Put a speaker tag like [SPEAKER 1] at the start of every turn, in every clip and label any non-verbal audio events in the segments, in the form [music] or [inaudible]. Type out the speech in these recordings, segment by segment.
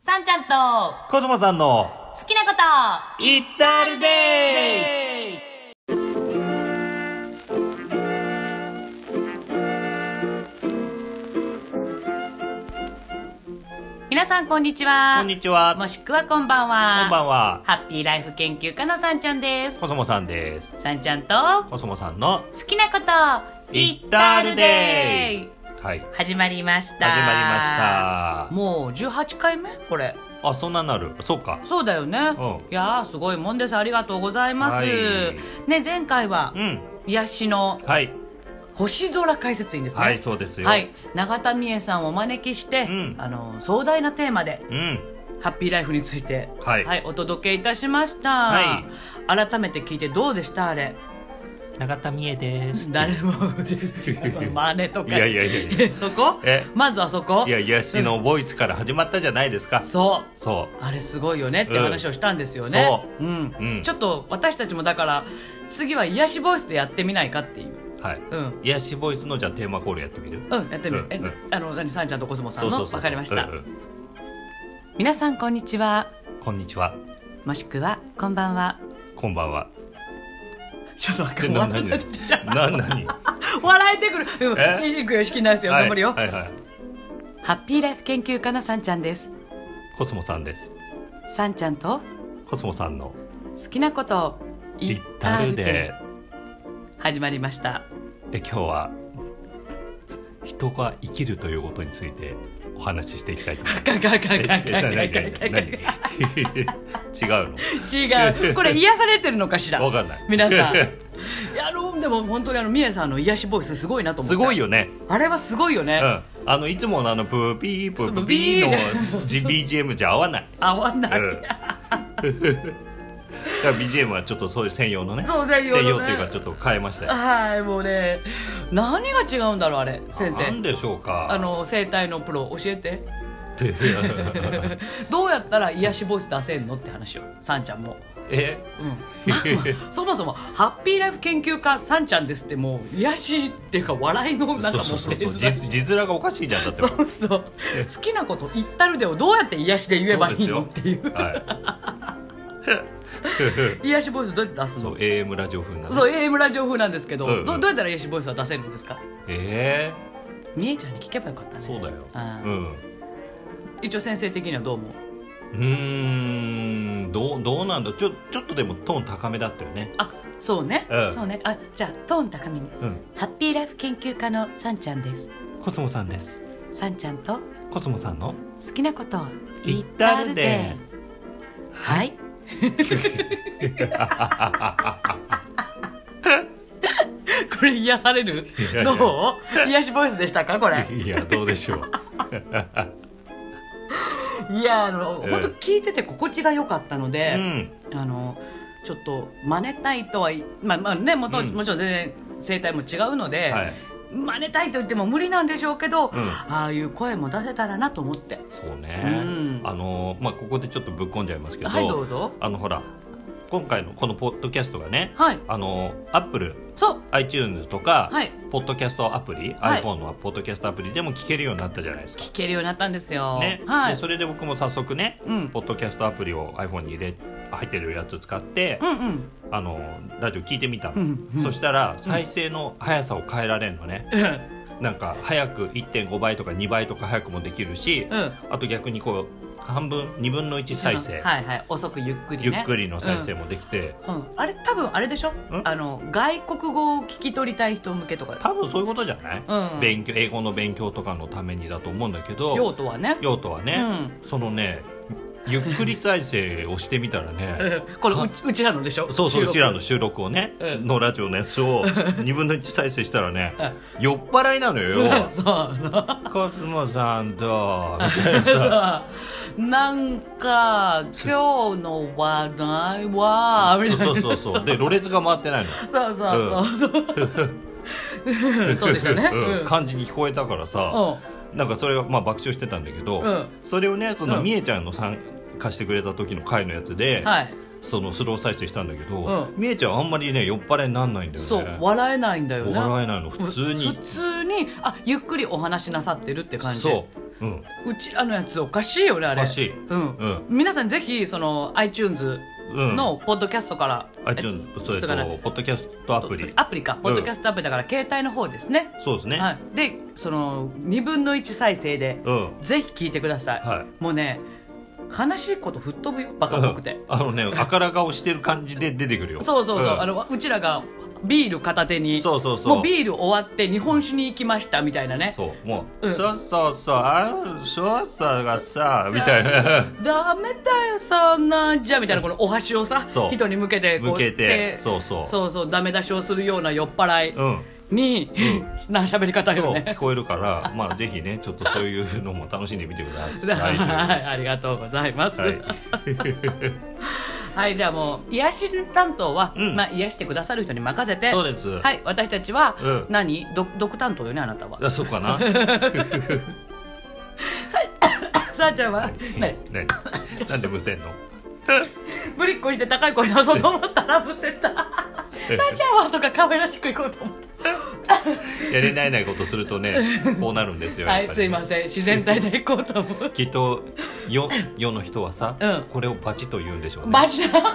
[SPEAKER 1] さんちゃんと
[SPEAKER 2] コスモさんの
[SPEAKER 1] 好きなこと
[SPEAKER 2] イッタールデイ
[SPEAKER 1] 皆さんこんにちは
[SPEAKER 2] こんにちは
[SPEAKER 1] もしくはこんばんは
[SPEAKER 2] こんばんは
[SPEAKER 1] ハッピーライフ研究家のさんちゃんです
[SPEAKER 2] コスモさんです
[SPEAKER 1] さんちゃんと
[SPEAKER 2] コスモさんの
[SPEAKER 1] 好きなことイッタールデイ
[SPEAKER 2] はい始
[SPEAKER 1] 始まりました
[SPEAKER 2] まりまし
[SPEAKER 1] もう18回目これ
[SPEAKER 2] たあそんななるそうか
[SPEAKER 1] そうだよね、
[SPEAKER 2] うん
[SPEAKER 1] いやーすごいもんですありがとうございます、
[SPEAKER 2] はい
[SPEAKER 1] ね前回は
[SPEAKER 2] うん
[SPEAKER 1] 癒しの
[SPEAKER 2] はい
[SPEAKER 1] 星空解説員ですね
[SPEAKER 2] はいそうですよ
[SPEAKER 1] はい、永田美恵さんをお招きして、
[SPEAKER 2] うん
[SPEAKER 1] あの壮大なテーマで
[SPEAKER 2] うん
[SPEAKER 1] ハッピーライフについて、
[SPEAKER 2] はい
[SPEAKER 1] お届けいたしました、
[SPEAKER 2] は
[SPEAKER 1] 改めて聞いてどうでしたあ
[SPEAKER 2] [laughs]
[SPEAKER 1] れ
[SPEAKER 2] 永田美恵です
[SPEAKER 1] 誰もその真似とか
[SPEAKER 2] いやいやいやい
[SPEAKER 1] [laughs]
[SPEAKER 2] や
[SPEAKER 1] そこ
[SPEAKER 2] え
[SPEAKER 1] まずあそこ
[SPEAKER 2] いや癒しのボイスから始まったじゃないですか
[SPEAKER 1] そう
[SPEAKER 2] そ
[SPEAKER 1] あれすごいよねって話をしたんですよね、
[SPEAKER 2] うん
[SPEAKER 1] ん
[SPEAKER 2] うん
[SPEAKER 1] ちょっと私たちもだから次は癒しボイスでやってみないかっていう
[SPEAKER 2] うはい
[SPEAKER 1] うん
[SPEAKER 2] 癒しボイスのじゃあテーマコールやってみる
[SPEAKER 1] うんやってみる、
[SPEAKER 2] うん
[SPEAKER 1] え
[SPEAKER 2] うん
[SPEAKER 1] あの何さんちゃんとコスモさ
[SPEAKER 2] そ
[SPEAKER 1] ん
[SPEAKER 2] う
[SPEAKER 1] の
[SPEAKER 2] そう
[SPEAKER 1] わ
[SPEAKER 2] そうそう
[SPEAKER 1] かりました、
[SPEAKER 2] うんうん
[SPEAKER 1] 皆さんこんにちは
[SPEAKER 2] こんにちは
[SPEAKER 1] もしくはこんばんは
[SPEAKER 2] こんばんは
[SPEAKER 1] ちょっと
[SPEAKER 2] ちょな何な何
[SPEAKER 1] 笑えてくる。うん、
[SPEAKER 2] え
[SPEAKER 1] いいくよ、引きないですよ。頑張るよ、
[SPEAKER 2] はいはいはい
[SPEAKER 1] ハッピーライフ研究家のさんちゃんです。
[SPEAKER 2] コスモさんです
[SPEAKER 1] さんちゃんと
[SPEAKER 2] コスモさんの
[SPEAKER 1] 好きなことを
[SPEAKER 2] リッタルで
[SPEAKER 1] 始まりました。
[SPEAKER 2] え今日は人が生きるということについてお話ししていきたいと
[SPEAKER 1] [laughs]
[SPEAKER 2] 思います
[SPEAKER 1] ガンガンガン
[SPEAKER 2] え
[SPEAKER 1] ガンガンガンガンガンガンガン
[SPEAKER 2] 何何違う
[SPEAKER 1] 違う。これ癒されてるのかしら
[SPEAKER 2] のわかんない
[SPEAKER 1] 皆さん。いや、あの、でも本当にあの、みえさんの癒しボイスすごいなと思っ
[SPEAKER 2] す
[SPEAKER 1] て。
[SPEAKER 2] ごい。よね
[SPEAKER 1] あれはすごいよ
[SPEAKER 2] う
[SPEAKER 1] ね。
[SPEAKER 2] んあのいつものあのプーピープーピーの BGM じゃ合わない
[SPEAKER 1] 合わない。
[SPEAKER 2] うんだから BGM はちょっとそういう専用のね
[SPEAKER 1] そう専用のね
[SPEAKER 2] っていうかちょっと変えましたよ
[SPEAKER 1] はい、もうね、何が違うんだろう、あれ、先
[SPEAKER 2] なん
[SPEAKER 1] 生。
[SPEAKER 2] でしょうか
[SPEAKER 1] あの、生態のプロ、教えて。
[SPEAKER 2] って
[SPEAKER 1] [laughs] どうやったら癒しボイス出せんのって話をさんちゃんも、
[SPEAKER 2] え
[SPEAKER 1] うんまあまあそもそもハッピーライフ研究家さんちゃんですってもう癒しっていうか笑いのなん
[SPEAKER 2] そ
[SPEAKER 1] か
[SPEAKER 2] うそ
[SPEAKER 1] も
[SPEAKER 2] う
[SPEAKER 1] う
[SPEAKER 2] そう
[SPEAKER 1] フレ
[SPEAKER 2] そ
[SPEAKER 1] ー
[SPEAKER 2] う
[SPEAKER 1] ズだ
[SPEAKER 2] 字字面がおかしいじゃんだって
[SPEAKER 1] そうそう好きなこと言ったるでをどうやって癒しで言えばいいの
[SPEAKER 2] そ
[SPEAKER 1] っ
[SPEAKER 2] う
[SPEAKER 1] て
[SPEAKER 2] で
[SPEAKER 1] い
[SPEAKER 2] すよ
[SPEAKER 1] う
[SPEAKER 2] は
[SPEAKER 1] 癒しボイスどうやって出
[SPEAKER 2] い、
[SPEAKER 1] す
[SPEAKER 2] そう
[SPEAKER 1] の
[SPEAKER 2] AM ラジオ風な
[SPEAKER 1] そうう AM ラジオ風なんですけど、
[SPEAKER 2] うんうん
[SPEAKER 1] どどうやったら癒しボイスは出せるんですか
[SPEAKER 2] え
[SPEAKER 1] みえちゃんに聞けばよかった
[SPEAKER 2] ー、
[SPEAKER 1] ね
[SPEAKER 2] そうだよ
[SPEAKER 1] あー
[SPEAKER 2] うん
[SPEAKER 1] 一応先生的にはどう思う
[SPEAKER 2] うーんどうどうなんだちょちょっとでもトーン高めだったよね
[SPEAKER 1] あそうね、
[SPEAKER 2] うん
[SPEAKER 1] そうねあじゃあトーン高めに
[SPEAKER 2] うん
[SPEAKER 1] ハッピーライフ研究家のさんちゃんです
[SPEAKER 2] コスモさんです
[SPEAKER 1] さんちゃんと
[SPEAKER 2] コスモさんの
[SPEAKER 1] 好きなことを
[SPEAKER 2] 言ったるで
[SPEAKER 1] はいこれ癒される
[SPEAKER 2] いやいや
[SPEAKER 1] どう癒しボイスでしたかこれ
[SPEAKER 2] いやどうで
[SPEAKER 1] [laughs]
[SPEAKER 2] しょう
[SPEAKER 1] いやあの
[SPEAKER 2] ええ
[SPEAKER 1] 本当聞いてて心地が良かったの
[SPEAKER 2] う
[SPEAKER 1] で、
[SPEAKER 2] ん
[SPEAKER 1] あのちょっと真似たいとはいまあまあねもと、
[SPEAKER 2] うん
[SPEAKER 1] もちろん全然生態も違うので、
[SPEAKER 2] はい
[SPEAKER 1] 真似たいと言っても無理なんでしょうけど、
[SPEAKER 2] うん
[SPEAKER 1] ああいう声も出せたらなと思って
[SPEAKER 2] そうね、
[SPEAKER 1] うん
[SPEAKER 2] あのまあここでちょっとぶっ込んじゃいますけど
[SPEAKER 1] はいどうぞ
[SPEAKER 2] あのほら今回のこのポッドキャストがね、
[SPEAKER 1] はい
[SPEAKER 2] あのアップル
[SPEAKER 1] そう
[SPEAKER 2] iTunes とか、
[SPEAKER 1] はい
[SPEAKER 2] ポッドキャストアプリ、
[SPEAKER 1] はい
[SPEAKER 2] iPhone のポッドキャストアプリでも聞けるようになったじゃないですか
[SPEAKER 1] 聞。けるようになったんですよ、
[SPEAKER 2] ね
[SPEAKER 1] は
[SPEAKER 2] で
[SPEAKER 1] い
[SPEAKER 2] それで僕も早速ね、
[SPEAKER 1] うん
[SPEAKER 2] ポッドキャストアプリを iPhone に入れ入ってるやつ使って、
[SPEAKER 1] うん
[SPEAKER 2] [laughs]
[SPEAKER 1] うん
[SPEAKER 2] あのラジオ聞いてみたの、
[SPEAKER 1] うんうん
[SPEAKER 2] そしたら再生の速さを変えられるのね、なんか早く1.5倍とか2倍とか早くもできるし、
[SPEAKER 1] うん
[SPEAKER 2] あと逆にこう半分2分の1再生、
[SPEAKER 1] はいはい遅くゆっくり
[SPEAKER 2] ゆ
[SPEAKER 1] ね
[SPEAKER 2] っくりの再生もできて、
[SPEAKER 1] うん、うんあれ多分あれでしょあの外国語を聞き取りたい人向けとか
[SPEAKER 2] 多分そういうことじゃない、
[SPEAKER 1] うん
[SPEAKER 2] 勉強英語の勉強とかのためにだと思うんだけど
[SPEAKER 1] 用途はね
[SPEAKER 2] 用途はね、そのねゆっくり再生をしてみたら
[SPEAKER 1] [laughs]
[SPEAKER 2] ね
[SPEAKER 1] [laughs] これうちうちらのでしょ
[SPEAKER 2] そうそ
[SPEAKER 1] 収
[SPEAKER 2] うう
[SPEAKER 1] 録
[SPEAKER 2] ちらの収録をね、
[SPEAKER 1] うん
[SPEAKER 2] のラジオのやつ
[SPEAKER 1] [laughs]
[SPEAKER 2] を2分の1再生したらね、酔っ払いなのよ
[SPEAKER 1] [laughs] そうそう
[SPEAKER 2] コスモさんとみたいなさ
[SPEAKER 1] そう [laughs] なんか今日の話題はみたいな
[SPEAKER 2] そうそうそうでろれつが回ってないの
[SPEAKER 1] [laughs] そうそうそう、 [laughs] そうでしたね
[SPEAKER 2] うん
[SPEAKER 1] うん
[SPEAKER 2] 感じに聞こえたからさ、なんかそれがまあ爆笑してたんだけど、
[SPEAKER 1] うん
[SPEAKER 2] それをねそうの
[SPEAKER 1] ん
[SPEAKER 2] みえちゃんの参加してくれた時の回のやつで、
[SPEAKER 1] はい
[SPEAKER 2] そのスロー再生したんだけど、
[SPEAKER 1] う
[SPEAKER 2] みえちゃんあんまりね酔っ払いになんないんだよね
[SPEAKER 1] そう笑えないんだよね
[SPEAKER 2] 笑えないの普通に
[SPEAKER 1] 普通にあゆっくりお話しなさってるって感じ
[SPEAKER 2] そう、うん
[SPEAKER 1] うちらのやつおかしいよねあれ
[SPEAKER 2] おかしい
[SPEAKER 1] うん
[SPEAKER 2] うん
[SPEAKER 1] 皆さんぜひその iTunes
[SPEAKER 2] うん
[SPEAKER 1] のポッドキャストから、
[SPEAKER 2] あちょっ
[SPEAKER 1] え
[SPEAKER 2] とそれと
[SPEAKER 1] だから
[SPEAKER 2] ポッドキャストアプリ
[SPEAKER 1] アプリかポッドキャストアプリだから携帯の方ですね、
[SPEAKER 2] そうですね、
[SPEAKER 1] はい、でその2分の1再生で、 [laughs]
[SPEAKER 2] うん
[SPEAKER 1] ぜひ聞いてください、
[SPEAKER 2] はい
[SPEAKER 1] もうね悲しいこと吹っ飛ぶよバカっぽく
[SPEAKER 2] [laughs]
[SPEAKER 1] て、
[SPEAKER 2] あのねあから顔してる感じで出てくるよ
[SPEAKER 1] そうそうそう、
[SPEAKER 2] ん
[SPEAKER 1] あのうちらがビール片手に
[SPEAKER 2] そうそうそう
[SPEAKER 1] もうビール終わって日本酒に行きましたみたいなね
[SPEAKER 2] そうもう、
[SPEAKER 1] うん
[SPEAKER 2] そうそうそうあのそうそうがさみたいな
[SPEAKER 1] ダメだよそんなんじゃみたいなこのお箸をさ
[SPEAKER 2] そう
[SPEAKER 1] 人に向けてこう
[SPEAKER 2] 向けて
[SPEAKER 1] 手
[SPEAKER 2] そうそう
[SPEAKER 1] そうそうダメ出しをするような酔っ払い
[SPEAKER 2] うん
[SPEAKER 1] に、な喋り方
[SPEAKER 2] そ
[SPEAKER 1] よ
[SPEAKER 2] う聞
[SPEAKER 1] ね
[SPEAKER 2] こえるからまあぜひねちょっとそういうのも楽しんでみてくださ
[SPEAKER 1] [laughs]
[SPEAKER 2] い
[SPEAKER 1] はい、ありがとうございます。
[SPEAKER 2] は
[SPEAKER 1] はいい、じゃあもう癒し担当は、
[SPEAKER 2] うん
[SPEAKER 1] まあ癒してくださる人に任せて、
[SPEAKER 2] そうです
[SPEAKER 1] はい、私たちは、
[SPEAKER 2] うん
[SPEAKER 1] 何、ど毒担当よねあなたは。
[SPEAKER 2] あそうかな
[SPEAKER 1] さあちゃんは、ね、
[SPEAKER 2] 何なんで無線の
[SPEAKER 1] ぶりっこして高い声出そうと思ったらぶせた。さあちゃんはとか可愛らしくいこうと思っ
[SPEAKER 2] やれないないことするとねこうなるんです
[SPEAKER 1] た。
[SPEAKER 2] よ
[SPEAKER 1] は
[SPEAKER 2] や
[SPEAKER 1] い、
[SPEAKER 2] っぱ
[SPEAKER 1] す
[SPEAKER 2] り
[SPEAKER 1] い
[SPEAKER 2] ね
[SPEAKER 1] ません、自然体でいこうと思
[SPEAKER 2] [laughs]
[SPEAKER 1] う。
[SPEAKER 2] きっと世世の人はさ、
[SPEAKER 1] うん
[SPEAKER 2] これをバチと言うんでしょうね
[SPEAKER 1] マジだ。
[SPEAKER 2] だ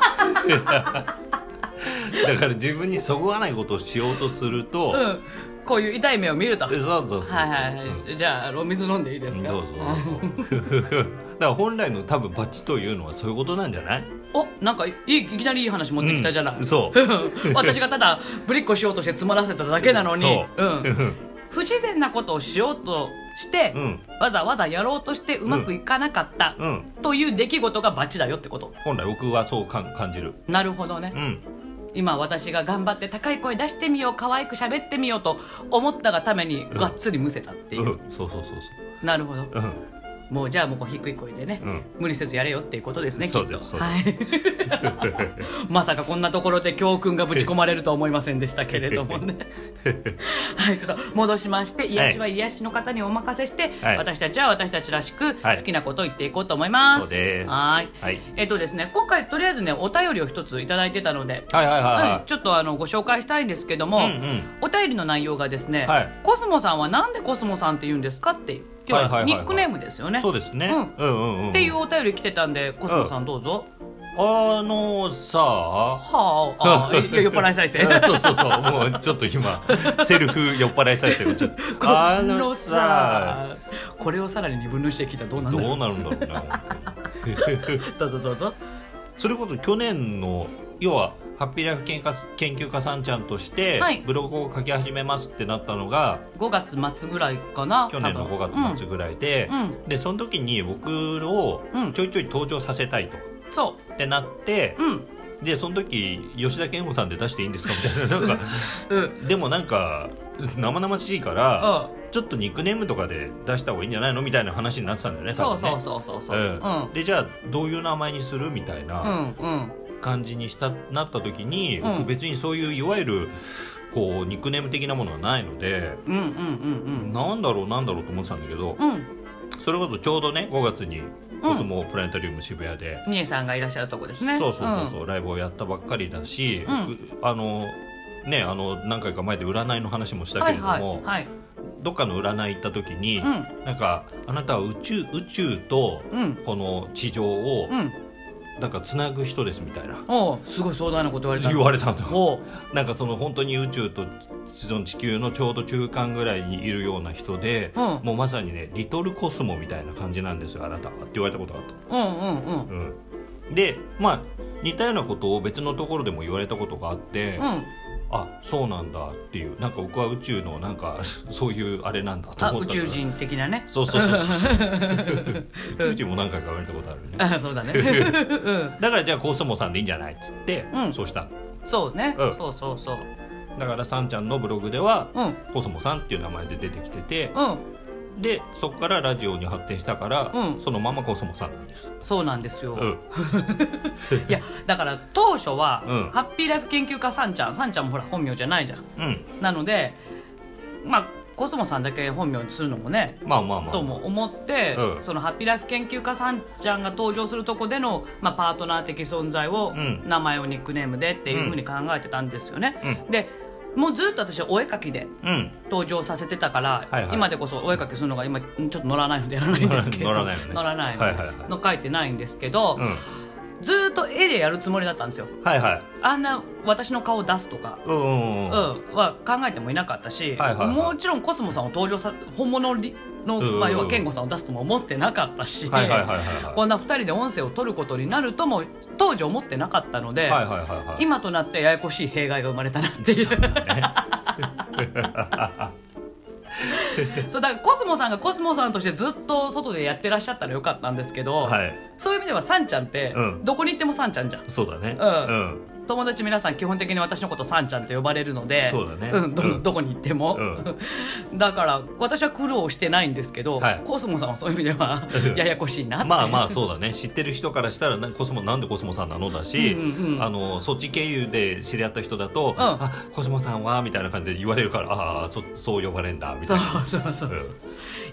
[SPEAKER 2] から自分にそぐわないことをしようとすると、
[SPEAKER 1] うん、こういう痛い目を見ると。は
[SPEAKER 2] え
[SPEAKER 1] い
[SPEAKER 2] そうそうそうそう、
[SPEAKER 1] はいはい、じゃあお水飲んでいいで
[SPEAKER 2] う
[SPEAKER 1] す
[SPEAKER 2] ん
[SPEAKER 1] か。
[SPEAKER 2] どうぞどうぞだから本来の多分バチというのはそういうことなんじゃない
[SPEAKER 1] おなんかいいいきなりいい話持ってきたじゃない、
[SPEAKER 2] うんそう
[SPEAKER 1] 私がただぶりっこしようとして詰まらせただけなのに
[SPEAKER 2] そう、
[SPEAKER 1] ん、不自然なことをしようとして、
[SPEAKER 2] [laughs] うん
[SPEAKER 1] わざわざやろうとしてうまくいかなかった、
[SPEAKER 2] うん
[SPEAKER 1] という出来事がバチだよってこと
[SPEAKER 2] 本来僕はそうかん感じる
[SPEAKER 1] なるほどね、
[SPEAKER 2] うん
[SPEAKER 1] 今私が頑張って高い声出してみよう可愛く喋ってみようと思ったがためにがっつりむせたっていう、
[SPEAKER 2] うんそうそうそう
[SPEAKER 1] なるほど
[SPEAKER 2] そううん
[SPEAKER 1] もうじゃあもうこう低い声でね、
[SPEAKER 2] うん
[SPEAKER 1] 無理せずやれよっていうことですねきっと
[SPEAKER 2] そうですそう [laughs]
[SPEAKER 1] はい [laughs] まさかこんなところで教訓がぶち込まれるとは思いませんでしたけれども
[SPEAKER 2] [laughs]
[SPEAKER 1] ねはいちょっと戻しまして癒しは癒しの方にお任せして、
[SPEAKER 2] はい
[SPEAKER 1] 私たちは私たちらしく
[SPEAKER 2] はい
[SPEAKER 1] 好きなことを言っていこうと思います、
[SPEAKER 2] そうです
[SPEAKER 1] はい
[SPEAKER 2] はい
[SPEAKER 1] えっとですね今回とりあえずねお便りを一ついただいてたので
[SPEAKER 2] はいはいはい
[SPEAKER 1] うんちょっとあのご紹介したいんですけども、
[SPEAKER 2] うんうん
[SPEAKER 1] お便りの内容がですね、
[SPEAKER 2] はい
[SPEAKER 1] コスモさんはなんでコスモさんって言うんですかって要
[SPEAKER 2] はいはい
[SPEAKER 1] は
[SPEAKER 2] はい
[SPEAKER 1] ニ
[SPEAKER 2] はい
[SPEAKER 1] ックネームですよね。
[SPEAKER 2] そうですね、
[SPEAKER 1] うん
[SPEAKER 2] うんうんうん
[SPEAKER 1] っていうお便り来てたんでコスモさんどうぞ。
[SPEAKER 2] あのさ
[SPEAKER 1] は
[SPEAKER 2] [laughs]
[SPEAKER 1] あ、あーいや酔っ払い再生。 [laughs]
[SPEAKER 2] あそうそうそうもうちょっと今セルフ酔っ払い再生をちょっ
[SPEAKER 1] [laughs]
[SPEAKER 2] とあのさ
[SPEAKER 1] これをさらに二分の一で聞いたらどうなん
[SPEAKER 2] ど
[SPEAKER 1] だろ
[SPEAKER 2] う
[SPEAKER 1] う。
[SPEAKER 2] なるんだろうな
[SPEAKER 1] どうぞどうぞ。
[SPEAKER 2] それこそ去年の要はハッピーライフ研究研究家さんちゃんとして
[SPEAKER 1] はい
[SPEAKER 2] ブログを書き始めますってなったのが
[SPEAKER 1] 五月末ぐらいかな。
[SPEAKER 2] 去年の
[SPEAKER 1] 多分
[SPEAKER 2] 5月末ぐらいで、
[SPEAKER 1] うんうん
[SPEAKER 2] でその時に僕を
[SPEAKER 1] うん
[SPEAKER 2] ちょいちょい登場させたいと、
[SPEAKER 1] そ
[SPEAKER 2] ってなって
[SPEAKER 1] う。うん。
[SPEAKER 2] でその時吉田健吾さんで出していいんですかみたい
[SPEAKER 1] [laughs]
[SPEAKER 2] ななんか
[SPEAKER 1] うん。
[SPEAKER 2] でもなんか生々しいから
[SPEAKER 1] うん。
[SPEAKER 2] ちょっとニックネームとかで出した方がいいんじゃないのみたいな話になってたんだよね
[SPEAKER 1] そうそう
[SPEAKER 2] う
[SPEAKER 1] そうそうそう。
[SPEAKER 2] う
[SPEAKER 1] うんん。
[SPEAKER 2] でじゃあどういう名前にするみたいな、
[SPEAKER 1] うんうん。
[SPEAKER 2] 感じにしたなった時に、
[SPEAKER 1] うん
[SPEAKER 2] 僕別にそういういわゆるこうニックネーム的なものはないので、
[SPEAKER 1] うんうんうん
[SPEAKER 2] なんだろうなんだろうと思ってたんだけど、
[SPEAKER 1] うん。うん。
[SPEAKER 2] それこそちょうどね5月にコスモプラネタリウム渋谷で、
[SPEAKER 1] ニエさんがいらっしゃるとこですね。
[SPEAKER 2] そうそうそうそう、ライブをやったばっかりだし、
[SPEAKER 1] うん
[SPEAKER 2] 僕あのねあの何回か前で占いの話もし
[SPEAKER 1] うん
[SPEAKER 2] た
[SPEAKER 1] は
[SPEAKER 2] け
[SPEAKER 1] い
[SPEAKER 2] れども、
[SPEAKER 1] はいはい。
[SPEAKER 2] どっかの占い行った時に、
[SPEAKER 1] うん
[SPEAKER 2] なんかあなたは宇宙宇宙と
[SPEAKER 1] うん
[SPEAKER 2] この地上を
[SPEAKER 1] うん。
[SPEAKER 2] なんかつなぐ人ですみたいな、
[SPEAKER 1] おうすごい壮大なこと言われた。
[SPEAKER 2] 言われたんだ
[SPEAKER 1] おう
[SPEAKER 2] なんかその本当に宇宙とその地球のちょうど中間ぐらいにいるような人で、
[SPEAKER 1] うん
[SPEAKER 2] もうまさにねリトルコスモみたいな感じなんですよあなたはって言われたことがあった、
[SPEAKER 1] うんうんうん。
[SPEAKER 2] うん、でまあ似たようなことを別のところでも言われたことがあって、
[SPEAKER 1] うん。
[SPEAKER 2] あそうなんだっていうなんか僕は宇宙のなんか [laughs] そういうあれなんだと
[SPEAKER 1] あ
[SPEAKER 2] 思っ
[SPEAKER 1] 宇
[SPEAKER 2] たから
[SPEAKER 1] 宙人的なね
[SPEAKER 2] そうそうそうそう
[SPEAKER 1] [laughs]
[SPEAKER 2] 宇宙人も何回か言われたことあるね
[SPEAKER 1] あ [laughs] そうだねうん
[SPEAKER 2] だからじゃあコスモさんでいいんじゃないっつって、
[SPEAKER 1] うん
[SPEAKER 2] そうしたの
[SPEAKER 1] そうね、
[SPEAKER 2] うん
[SPEAKER 1] そうそうそう
[SPEAKER 2] だからさんちゃんのブログでは、
[SPEAKER 1] うん
[SPEAKER 2] コスモさんっていう名前で出てきてて、
[SPEAKER 1] うん
[SPEAKER 2] でそこからラジオに発展したから、
[SPEAKER 1] うん
[SPEAKER 2] そのままコスモさんなんです。
[SPEAKER 1] そうなんですよ、
[SPEAKER 2] うん、
[SPEAKER 1] いやだから当初は、
[SPEAKER 2] うん
[SPEAKER 1] ハッピーライフ研究家さんちゃんさんちゃんもほら本名じゃないじゃん
[SPEAKER 2] うん、
[SPEAKER 1] なのでまあコスモさんだけ本名にするのもね
[SPEAKER 2] まあまあまあ。
[SPEAKER 1] とも思って、
[SPEAKER 2] うん
[SPEAKER 1] そのハッピーライフ研究家さんちゃんが登場するとこでの、まあ、パートナー的存在を、
[SPEAKER 2] うん
[SPEAKER 1] 名前をニックネームでっていうふうに考えてたんですよね、
[SPEAKER 2] う
[SPEAKER 1] でもうずっと私お絵描きで
[SPEAKER 2] うん
[SPEAKER 1] 登場させてたから、
[SPEAKER 2] はいはい
[SPEAKER 1] 今でこそお絵描きするのが今ちょっと乗らないのでやらないんですけど
[SPEAKER 2] 乗らないのね
[SPEAKER 1] 乗らないの
[SPEAKER 2] はいはいはい
[SPEAKER 1] の書いてないんですけど、
[SPEAKER 2] うん
[SPEAKER 1] ずーっと絵でやるつもりだったんですよ
[SPEAKER 2] はいはい
[SPEAKER 1] あんな私の顔を出すとか、
[SPEAKER 2] うんうん
[SPEAKER 1] うん、
[SPEAKER 2] うん
[SPEAKER 1] は考えてもいなかったし、
[SPEAKER 2] はいはいはい
[SPEAKER 1] もちろんコスモさんを登場さ本物りの、
[SPEAKER 2] うんうんうん
[SPEAKER 1] まあ、要は健吾さんを出すとも思ってなかったし、
[SPEAKER 2] はいはいはいはいはい
[SPEAKER 1] こんな2人で音声を取ることになるとも当時思ってなかったので、
[SPEAKER 2] はいはいはいはい
[SPEAKER 1] 今となってややこしい弊害が生まれたなっていう [laughs] そうだからコスモさんがコスモさんとしてずっと外でやってらっしゃったらよかったんですけど、
[SPEAKER 2] はい
[SPEAKER 1] そういう意味ではサンちゃんって、
[SPEAKER 2] うん
[SPEAKER 1] どこに行ってもサンちゃんじゃん
[SPEAKER 2] そうだね
[SPEAKER 1] うん
[SPEAKER 2] うん
[SPEAKER 1] 友達皆さん基本的に私のことサンちゃんと呼ばれるので
[SPEAKER 2] そうだね
[SPEAKER 1] ん、どの
[SPEAKER 2] うん
[SPEAKER 1] どこに行っても、 [laughs] だから私は苦労してないんですけど、
[SPEAKER 2] はい
[SPEAKER 1] コスモさんはそういう意味ではややこしいなって
[SPEAKER 2] まあまあそうだね知ってる人からしたらなコスモなんでコスモさんなのだし、
[SPEAKER 1] うんうん
[SPEAKER 2] あのそっち経由で知り合った人だと「
[SPEAKER 1] ん
[SPEAKER 2] あコスモさんは」みたいな感じで言われるから「ああそそう呼ばれんだ」み
[SPEAKER 1] そ
[SPEAKER 2] たいうな
[SPEAKER 1] そうそうそうそう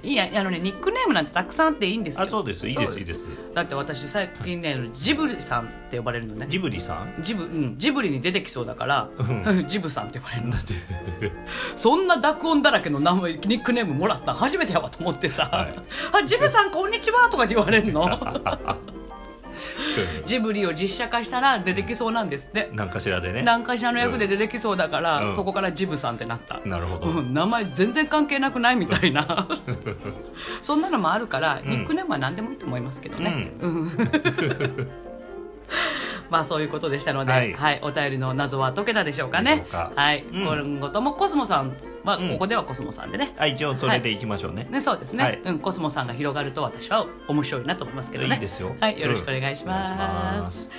[SPEAKER 1] いいやあのねニックネームなんてたくさんあっていいんですよ
[SPEAKER 2] あそうですいいで
[SPEAKER 1] そ
[SPEAKER 2] す
[SPEAKER 1] う
[SPEAKER 2] いいです
[SPEAKER 1] だって私最近ねジブリさんって呼ばれるのね
[SPEAKER 2] ジブリさ
[SPEAKER 1] [laughs]
[SPEAKER 2] ん [laughs]
[SPEAKER 1] ジブ,、うん、ジブリに出てきそうだから、 [laughs] ジブさんって呼ばれるの
[SPEAKER 2] だって
[SPEAKER 1] そんな濁音だらけの名前ニックネームもらったん初めてやわと思ってさ「
[SPEAKER 2] はい
[SPEAKER 1] [laughs] あジブさんこんにちは」とかって言われる
[SPEAKER 2] [laughs]
[SPEAKER 1] のジブリを実写化したら出てきそうなんですって
[SPEAKER 2] 何かしらでね
[SPEAKER 1] 何かしらの役で出てきそうだから、
[SPEAKER 2] うん
[SPEAKER 1] そこからジブさんってなった、
[SPEAKER 2] なるほど、
[SPEAKER 1] うん名前全然関係なくないみたい
[SPEAKER 2] [laughs]
[SPEAKER 1] なそんなのもあるから、ニックネームは何でもいいと思いますけどね、うんまあそういうことでしたので、は
[SPEAKER 2] はいい
[SPEAKER 1] お便りの謎は解けたでしょうか
[SPEAKER 2] でし
[SPEAKER 1] ね
[SPEAKER 2] ょうか
[SPEAKER 1] はい、
[SPEAKER 2] うん
[SPEAKER 1] 今後ともコスモさんは、
[SPEAKER 2] うん
[SPEAKER 1] ここではコスモさんでね
[SPEAKER 2] あ一応それでいきましょうね、
[SPEAKER 1] ねそうですね、
[SPEAKER 2] はい
[SPEAKER 1] うん、コスモさんが広がると私は面白いなと思いますけどね
[SPEAKER 2] いいですよ
[SPEAKER 1] はい、よろしくお願いします,、
[SPEAKER 2] うんお願いします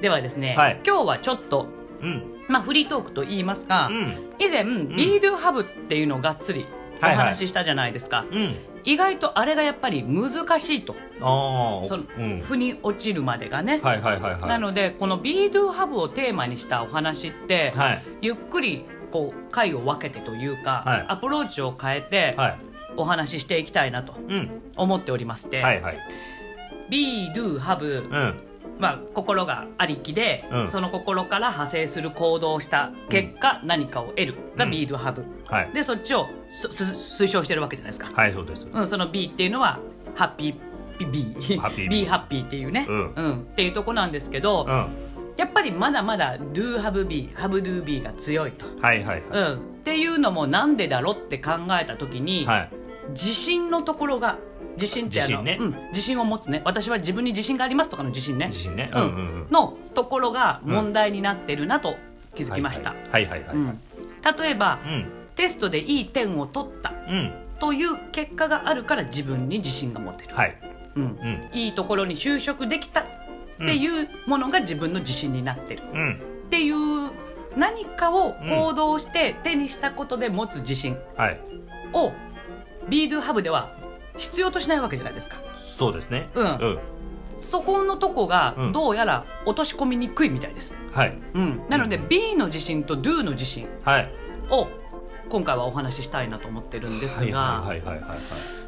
[SPEAKER 1] ではですね、
[SPEAKER 2] はい
[SPEAKER 1] 今日はちょっと
[SPEAKER 2] うん
[SPEAKER 1] まあフリートークと言いますか、
[SPEAKER 2] うん
[SPEAKER 1] 以前、リードゥハブっていうのをがっつりお
[SPEAKER 2] はいはい
[SPEAKER 1] 話ししたじゃないですか、
[SPEAKER 2] うん
[SPEAKER 1] 意外とあれがやっぱり難しいと
[SPEAKER 2] ああ
[SPEAKER 1] その、
[SPEAKER 2] うん、
[SPEAKER 1] 腑に落ちるまでがね、
[SPEAKER 2] はいはいはいはい
[SPEAKER 1] なのでこの「ビードゥハブ」をテーマにしたお話って、
[SPEAKER 2] はい
[SPEAKER 1] ゆっくりこう回を分けてというか、
[SPEAKER 2] はい
[SPEAKER 1] アプローチを変えて
[SPEAKER 2] はい
[SPEAKER 1] お話ししていきたいなと
[SPEAKER 2] うん
[SPEAKER 1] 思っておりまして
[SPEAKER 2] はいはい
[SPEAKER 1] 「ビードゥハブ
[SPEAKER 2] う」ん
[SPEAKER 1] まあ、心がありきで、
[SPEAKER 2] うん
[SPEAKER 1] その心から派生する行動をした結果、何かを得るが「ビードゥハブ」
[SPEAKER 2] はい
[SPEAKER 1] でそっちをすす推奨してるわけじゃないですか、
[SPEAKER 2] はいそうです
[SPEAKER 1] うん、その B っていうのはハッピーピ B
[SPEAKER 2] ハッピー
[SPEAKER 1] B ハッピーっていうね、
[SPEAKER 2] うん
[SPEAKER 1] っていうとこなんですけど、
[SPEAKER 2] うん
[SPEAKER 1] やっぱりまだまだ Do have B ハブ Do B が強いと、
[SPEAKER 2] はいはい
[SPEAKER 1] うん、っていうのもなんでだろうって考えた時に、
[SPEAKER 2] はい
[SPEAKER 1] 自信のところが自信ってあの
[SPEAKER 2] 自信ね
[SPEAKER 1] うん、自信を持つね私は自分に自信がありますとかの自信ね
[SPEAKER 2] 自信ね
[SPEAKER 1] う
[SPEAKER 2] うんんうんうん
[SPEAKER 1] のところが問題になってるなと気づきました、
[SPEAKER 2] はいはいはいはい
[SPEAKER 1] うん、例えば、
[SPEAKER 2] うん
[SPEAKER 1] テストでいい点を取った
[SPEAKER 2] うん
[SPEAKER 1] という結果があるから自分に自信が持てる、
[SPEAKER 2] はい
[SPEAKER 1] うん
[SPEAKER 2] うん
[SPEAKER 1] いいところに就職できたっていうものが自分の自信になってる
[SPEAKER 2] うん
[SPEAKER 1] っていう何かを行動して手にしたことで持つ自信
[SPEAKER 2] はい
[SPEAKER 1] を BDOHAB では必要としないわけじゃないですか
[SPEAKER 2] そうですね
[SPEAKER 1] うんそこのとこが
[SPEAKER 2] うん
[SPEAKER 1] どうやら落とし込みにくいみたいです、
[SPEAKER 2] はい
[SPEAKER 1] うん、なので
[SPEAKER 2] うん
[SPEAKER 1] B の自信と Do の自信
[SPEAKER 2] はい
[SPEAKER 1] を今回はお話ししたいなと思ってるんですが、
[SPEAKER 2] はいはいはいはいはい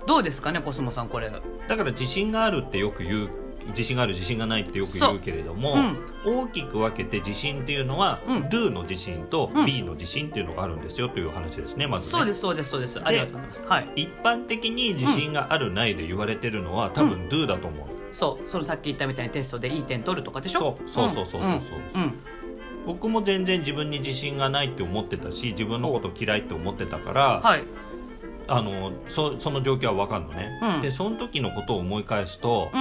[SPEAKER 1] どうですかねコスモさんこれ
[SPEAKER 2] だから自信があるってよく言う自信がある自信がないってよく言うけれども、
[SPEAKER 1] そううん
[SPEAKER 2] 大きく分けて自信っていうのは、
[SPEAKER 1] うん
[SPEAKER 2] Do の自信と
[SPEAKER 1] うん
[SPEAKER 2] B の自信っていうのがあるんですよという話ですねまずね
[SPEAKER 1] そうですそうですそうですありがとうございますはい
[SPEAKER 2] 一般的に自信があるないで言われてるのは、多分 Do だと思う
[SPEAKER 1] そうそのさっき言ったみたいにテストでいい点取るとかでしょ
[SPEAKER 2] そうそうそうそうそうそうん
[SPEAKER 1] うん
[SPEAKER 2] 僕も全然自分に自信がないって思ってたし自分のこと嫌いって思ってたから、
[SPEAKER 1] はい
[SPEAKER 2] あのそその状況は分かんのね、
[SPEAKER 1] うん
[SPEAKER 2] でその時のことを思い返すと
[SPEAKER 1] う、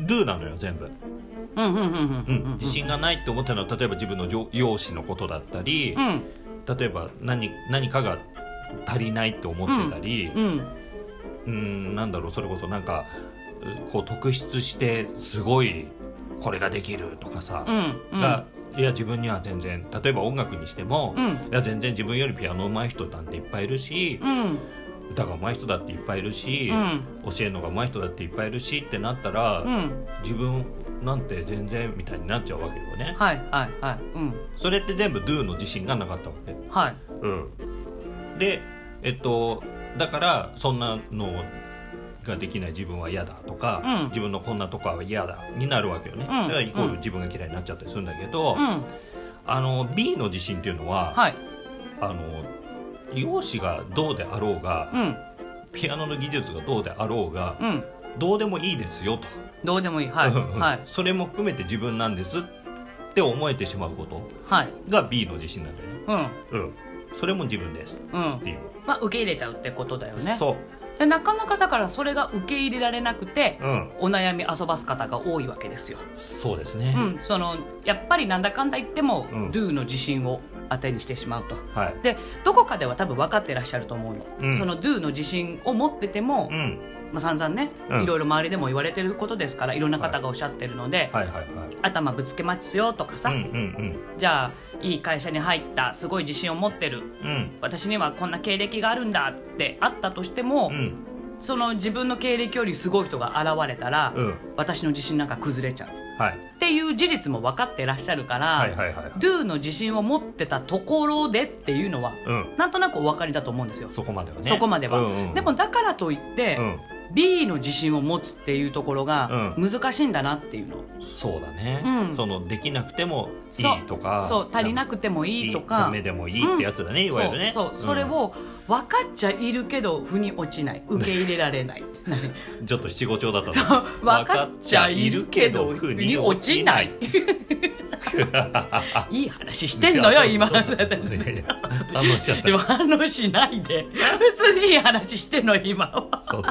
[SPEAKER 1] ん
[SPEAKER 2] Do なのよ全部、
[SPEAKER 1] うんうんうんうんう
[SPEAKER 2] うんん自信がないって思ったのは例えば自分の上容姿のことだったり、
[SPEAKER 1] うん
[SPEAKER 2] 例えば何何かが足りないって思ってたり、
[SPEAKER 1] うん
[SPEAKER 2] うん、なんだろうそれこそなんかうこう特筆してすごいこれができるとかさ、
[SPEAKER 1] うんうん
[SPEAKER 2] がいや自分には全然例えば音楽にしても、
[SPEAKER 1] うん
[SPEAKER 2] いや全然自分よりピアノ上手い人なんていっぱいいるし、
[SPEAKER 1] うん
[SPEAKER 2] 歌が上手い人だっていっぱいいるし、
[SPEAKER 1] うん
[SPEAKER 2] 教えるのが上手い人だっていっぱいいるしってなったら、
[SPEAKER 1] うん
[SPEAKER 2] 自分なんて全然みたいになっちゃうわけよね。
[SPEAKER 1] はいはいはいうん
[SPEAKER 2] それって全部 Do の自信がなかったわけ。
[SPEAKER 1] はい
[SPEAKER 2] うん、でえっとだからそんなのができない自分は嫌だとか、
[SPEAKER 1] うん
[SPEAKER 2] 自分のこんなとこは嫌だになるわけよね、
[SPEAKER 1] うん
[SPEAKER 2] だからイコール
[SPEAKER 1] うん
[SPEAKER 2] 自分が嫌いになっちゃったりするんだけど、
[SPEAKER 1] うん
[SPEAKER 2] あの B の自信っていうのは、
[SPEAKER 1] はい
[SPEAKER 2] あの容姿がどうであろうが、
[SPEAKER 1] うん
[SPEAKER 2] ピアノの技術がどうであろうが、
[SPEAKER 1] うん
[SPEAKER 2] どうでもいいですよと、
[SPEAKER 1] どうでもいいはいはい
[SPEAKER 2] それも含めて自分なんですって思えてしまうこと
[SPEAKER 1] はい
[SPEAKER 2] が B の自信なんだよね、
[SPEAKER 1] うん
[SPEAKER 2] うん、それも自分です
[SPEAKER 1] う
[SPEAKER 2] って
[SPEAKER 1] ん
[SPEAKER 2] いう、
[SPEAKER 1] まあ受け入れちゃうってことだよね
[SPEAKER 2] そう
[SPEAKER 1] でなかなかだからそれが受け入れられなくて、
[SPEAKER 2] うん
[SPEAKER 1] お悩み遊ばす方が多いわけですよ、
[SPEAKER 2] そうですね、
[SPEAKER 1] うん、そのやっぱりなんだかんだ言っても、
[SPEAKER 2] うん
[SPEAKER 1] Do の自信を当てにしてしまうと
[SPEAKER 2] はい
[SPEAKER 1] でどこかでは多分分かってらっしゃると思うの、
[SPEAKER 2] うん
[SPEAKER 1] その Do の自信を持ってても、
[SPEAKER 2] うん
[SPEAKER 1] まあ、散々ね、
[SPEAKER 2] うん
[SPEAKER 1] いろいろ周りでも言われてることですからいろんな方がおっしゃってるので、
[SPEAKER 2] はいはいはい
[SPEAKER 1] 頭ぶつけますよとかさ、
[SPEAKER 2] うんうん
[SPEAKER 1] じゃあいい会社に入ったすごい自信を持ってる
[SPEAKER 2] うんうん
[SPEAKER 1] 私にはこんな経歴があるんだってあったとしても、
[SPEAKER 2] うん
[SPEAKER 1] その自分の経歴よりすごい人が現れたら、
[SPEAKER 2] うん
[SPEAKER 1] 私の自信なんか崩れちゃう
[SPEAKER 2] はい
[SPEAKER 1] っていう事実も分かってらっしゃるから、
[SPEAKER 2] はいはいはいはい
[SPEAKER 1] Do の自信を持ってたところでっていうのは、
[SPEAKER 2] うん
[SPEAKER 1] なんとなくお分かりだと思うんですよ。
[SPEAKER 2] そこまではね
[SPEAKER 1] そこまでは、
[SPEAKER 2] うんうん
[SPEAKER 1] でもだからといって、
[SPEAKER 2] うん
[SPEAKER 1] B の自信を持つっていうところが
[SPEAKER 2] う
[SPEAKER 1] 難しいんだなっていうの、
[SPEAKER 2] そうだね、
[SPEAKER 1] うん
[SPEAKER 2] そのできなくても
[SPEAKER 1] そう
[SPEAKER 2] いいとか
[SPEAKER 1] そう足りなくてもいいと
[SPEAKER 2] ダ
[SPEAKER 1] か
[SPEAKER 2] メでもいいってやつだね、いわゆるね
[SPEAKER 1] そうそうそれ、を分かっちゃいるけど腑に落ちない受け入れられ
[SPEAKER 2] [laughs]
[SPEAKER 1] ない何 [laughs]
[SPEAKER 2] うんちょっと七五調だったの
[SPEAKER 1] 分かっちゃいるけど
[SPEAKER 2] 分かっちゃいるけ
[SPEAKER 1] 腑
[SPEAKER 2] ど
[SPEAKER 1] に落ちないいい話してんのよ今
[SPEAKER 2] そうそうそうい
[SPEAKER 1] [laughs]
[SPEAKER 2] やいや反応しちゃった
[SPEAKER 1] 今反応しないで普通にいい話してんのよ今は
[SPEAKER 2] そう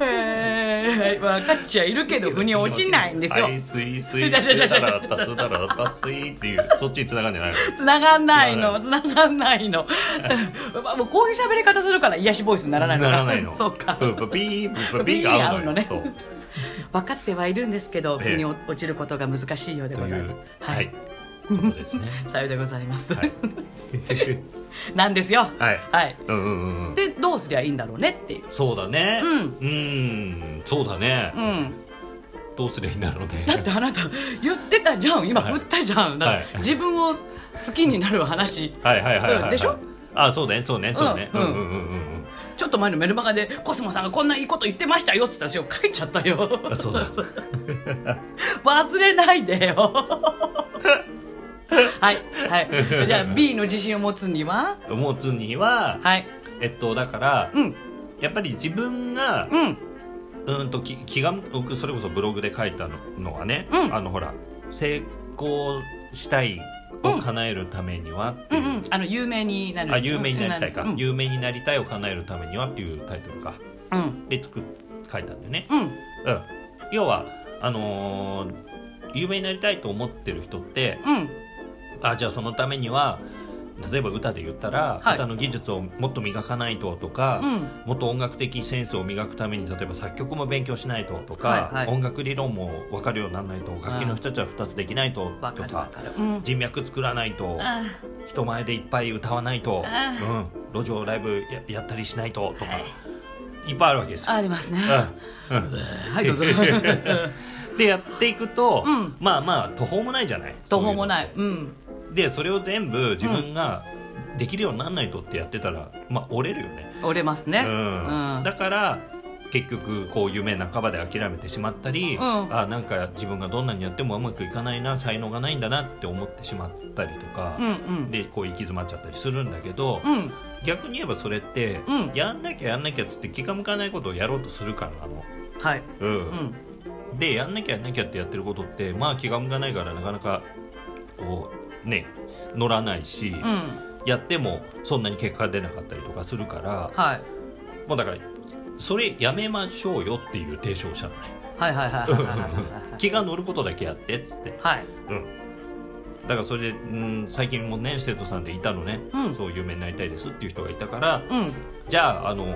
[SPEAKER 1] へー分かっちゃいるけど腑に落ちないんですよ
[SPEAKER 2] あいすいすいすーだらだったすーだらだったすいっていうそっちに繋がんじゃないの
[SPEAKER 1] 繋がんないの
[SPEAKER 2] つ
[SPEAKER 1] 繋がんないの [laughs] まあもうこういう喋り方するから癒しボイスに [laughs] ならないのか
[SPEAKER 2] ならないの
[SPEAKER 1] [laughs] そうか
[SPEAKER 2] うんビーブビーが合う
[SPEAKER 1] ビーが合
[SPEAKER 2] のよ
[SPEAKER 1] うのね
[SPEAKER 2] そう
[SPEAKER 1] 分かってはいるんですけど
[SPEAKER 2] ええ
[SPEAKER 1] 腑に落ちることが難しいようで
[SPEAKER 2] と
[SPEAKER 1] ござい
[SPEAKER 2] い
[SPEAKER 1] ま
[SPEAKER 2] う
[SPEAKER 1] す
[SPEAKER 2] は
[SPEAKER 1] はいい
[SPEAKER 2] ことです
[SPEAKER 1] [laughs]
[SPEAKER 2] ね
[SPEAKER 1] さようでございます、
[SPEAKER 2] はい
[SPEAKER 1] [laughs] なんですよ
[SPEAKER 2] はい
[SPEAKER 1] はい
[SPEAKER 2] うんうんうんうん
[SPEAKER 1] でどうすりゃいいんだろうねっていう
[SPEAKER 2] そうだね
[SPEAKER 1] うん
[SPEAKER 2] うんそうだね
[SPEAKER 1] うん
[SPEAKER 2] どうすりゃいいんだろうね
[SPEAKER 1] だってあなた言ってたじゃん今
[SPEAKER 2] はい
[SPEAKER 1] 振ったじゃん、だから
[SPEAKER 2] はい
[SPEAKER 1] 自分を好きになる話
[SPEAKER 2] はいはいはいはいはい
[SPEAKER 1] うんでしょ
[SPEAKER 2] あそうねそうねそうねう
[SPEAKER 1] うんんう
[SPEAKER 2] う
[SPEAKER 1] んん
[SPEAKER 2] うんうん
[SPEAKER 1] ちょっと前のメルマガでコスモさんがこんないいこと言ってましたよっつった私を書いちゃったよ
[SPEAKER 2] あそうだ
[SPEAKER 1] [laughs] 忘れないでよ [laughs] はいはいじゃあ B の自信を持つには
[SPEAKER 2] うん持つには
[SPEAKER 1] はい
[SPEAKER 2] えっとだから
[SPEAKER 1] うん
[SPEAKER 2] やっぱり自分が
[SPEAKER 1] うん
[SPEAKER 2] うんとき気が僕それこそブログで書いたののはね
[SPEAKER 1] うん
[SPEAKER 2] あのほら成功したいを叶えるためにはって
[SPEAKER 1] う
[SPEAKER 2] い
[SPEAKER 1] ん
[SPEAKER 2] う
[SPEAKER 1] うんあの有名になる
[SPEAKER 2] あ有名になりたいか、
[SPEAKER 1] うんうん
[SPEAKER 2] 有名になりたいを叶えるためにはっていうタイトルか
[SPEAKER 1] うん
[SPEAKER 2] で作っ書いたんだよね、
[SPEAKER 1] うん
[SPEAKER 2] うん、要はあのー有名になりたいと思ってる人って
[SPEAKER 1] うん
[SPEAKER 2] あじゃあそのためには例えば歌で言ったら、
[SPEAKER 1] はい
[SPEAKER 2] 歌の技術をもっと磨かないととか、
[SPEAKER 1] うん
[SPEAKER 2] もっと音楽的センスを磨くために例えば作曲も勉強しないととか、
[SPEAKER 1] はいはい
[SPEAKER 2] 音楽理論も分かるようにならないと楽器の人たちは2つできないと
[SPEAKER 1] わ
[SPEAKER 2] と
[SPEAKER 1] かるわ
[SPEAKER 2] か
[SPEAKER 1] かるうん
[SPEAKER 2] 人脈作らないと。
[SPEAKER 1] あ
[SPEAKER 2] 人前でいっぱい歌わないと、
[SPEAKER 1] あ
[SPEAKER 2] うん、路上ライブややったりしないととか、い、っぱいあるわけですよ。
[SPEAKER 1] ありますね
[SPEAKER 2] うんうん
[SPEAKER 1] はい
[SPEAKER 2] [laughs]
[SPEAKER 1] どうぞ
[SPEAKER 2] でやっていくと、
[SPEAKER 1] うん
[SPEAKER 2] まあまあ途方もないじゃない
[SPEAKER 1] 途方もない
[SPEAKER 2] そうううんのってでそれを全部自分ができるようにならないとってやってたら、まあ、折れるよね、
[SPEAKER 1] 折れますね
[SPEAKER 2] うん
[SPEAKER 1] うん
[SPEAKER 2] だから結局こう夢半ばで諦めてしまったり、
[SPEAKER 1] うん
[SPEAKER 2] あなんか自分がどんなにやってもうまくいかないな才能がないんだなって思ってしまったりとか
[SPEAKER 1] う、ん
[SPEAKER 2] でこう行き詰まっちゃったりするんだけど、
[SPEAKER 1] うんうん
[SPEAKER 2] 逆に言えばそれって、
[SPEAKER 1] うん
[SPEAKER 2] やんなきゃやんなきゃっつって気が向かないことをやろうとするからなの。
[SPEAKER 1] はい
[SPEAKER 2] うん
[SPEAKER 1] うん
[SPEAKER 2] でやんなきゃやんなきゃってやってることってまあ気が向かないからなかなかこうね乗らないし、
[SPEAKER 1] うん
[SPEAKER 2] やってもそんなに結果が出なかったりとかするから
[SPEAKER 1] はい
[SPEAKER 2] もうだからそれやめましょうよっていう提唱をしたのね。
[SPEAKER 1] はいはいはいはいはいはいはい
[SPEAKER 2] 気が乗ることだけやってっつって。
[SPEAKER 1] はい
[SPEAKER 2] うんだからそれで、うん、最近もね生徒さんでいたのね、
[SPEAKER 1] うん
[SPEAKER 2] そう有名になりたいですっていう人がいたから、
[SPEAKER 1] うん
[SPEAKER 2] じゃああの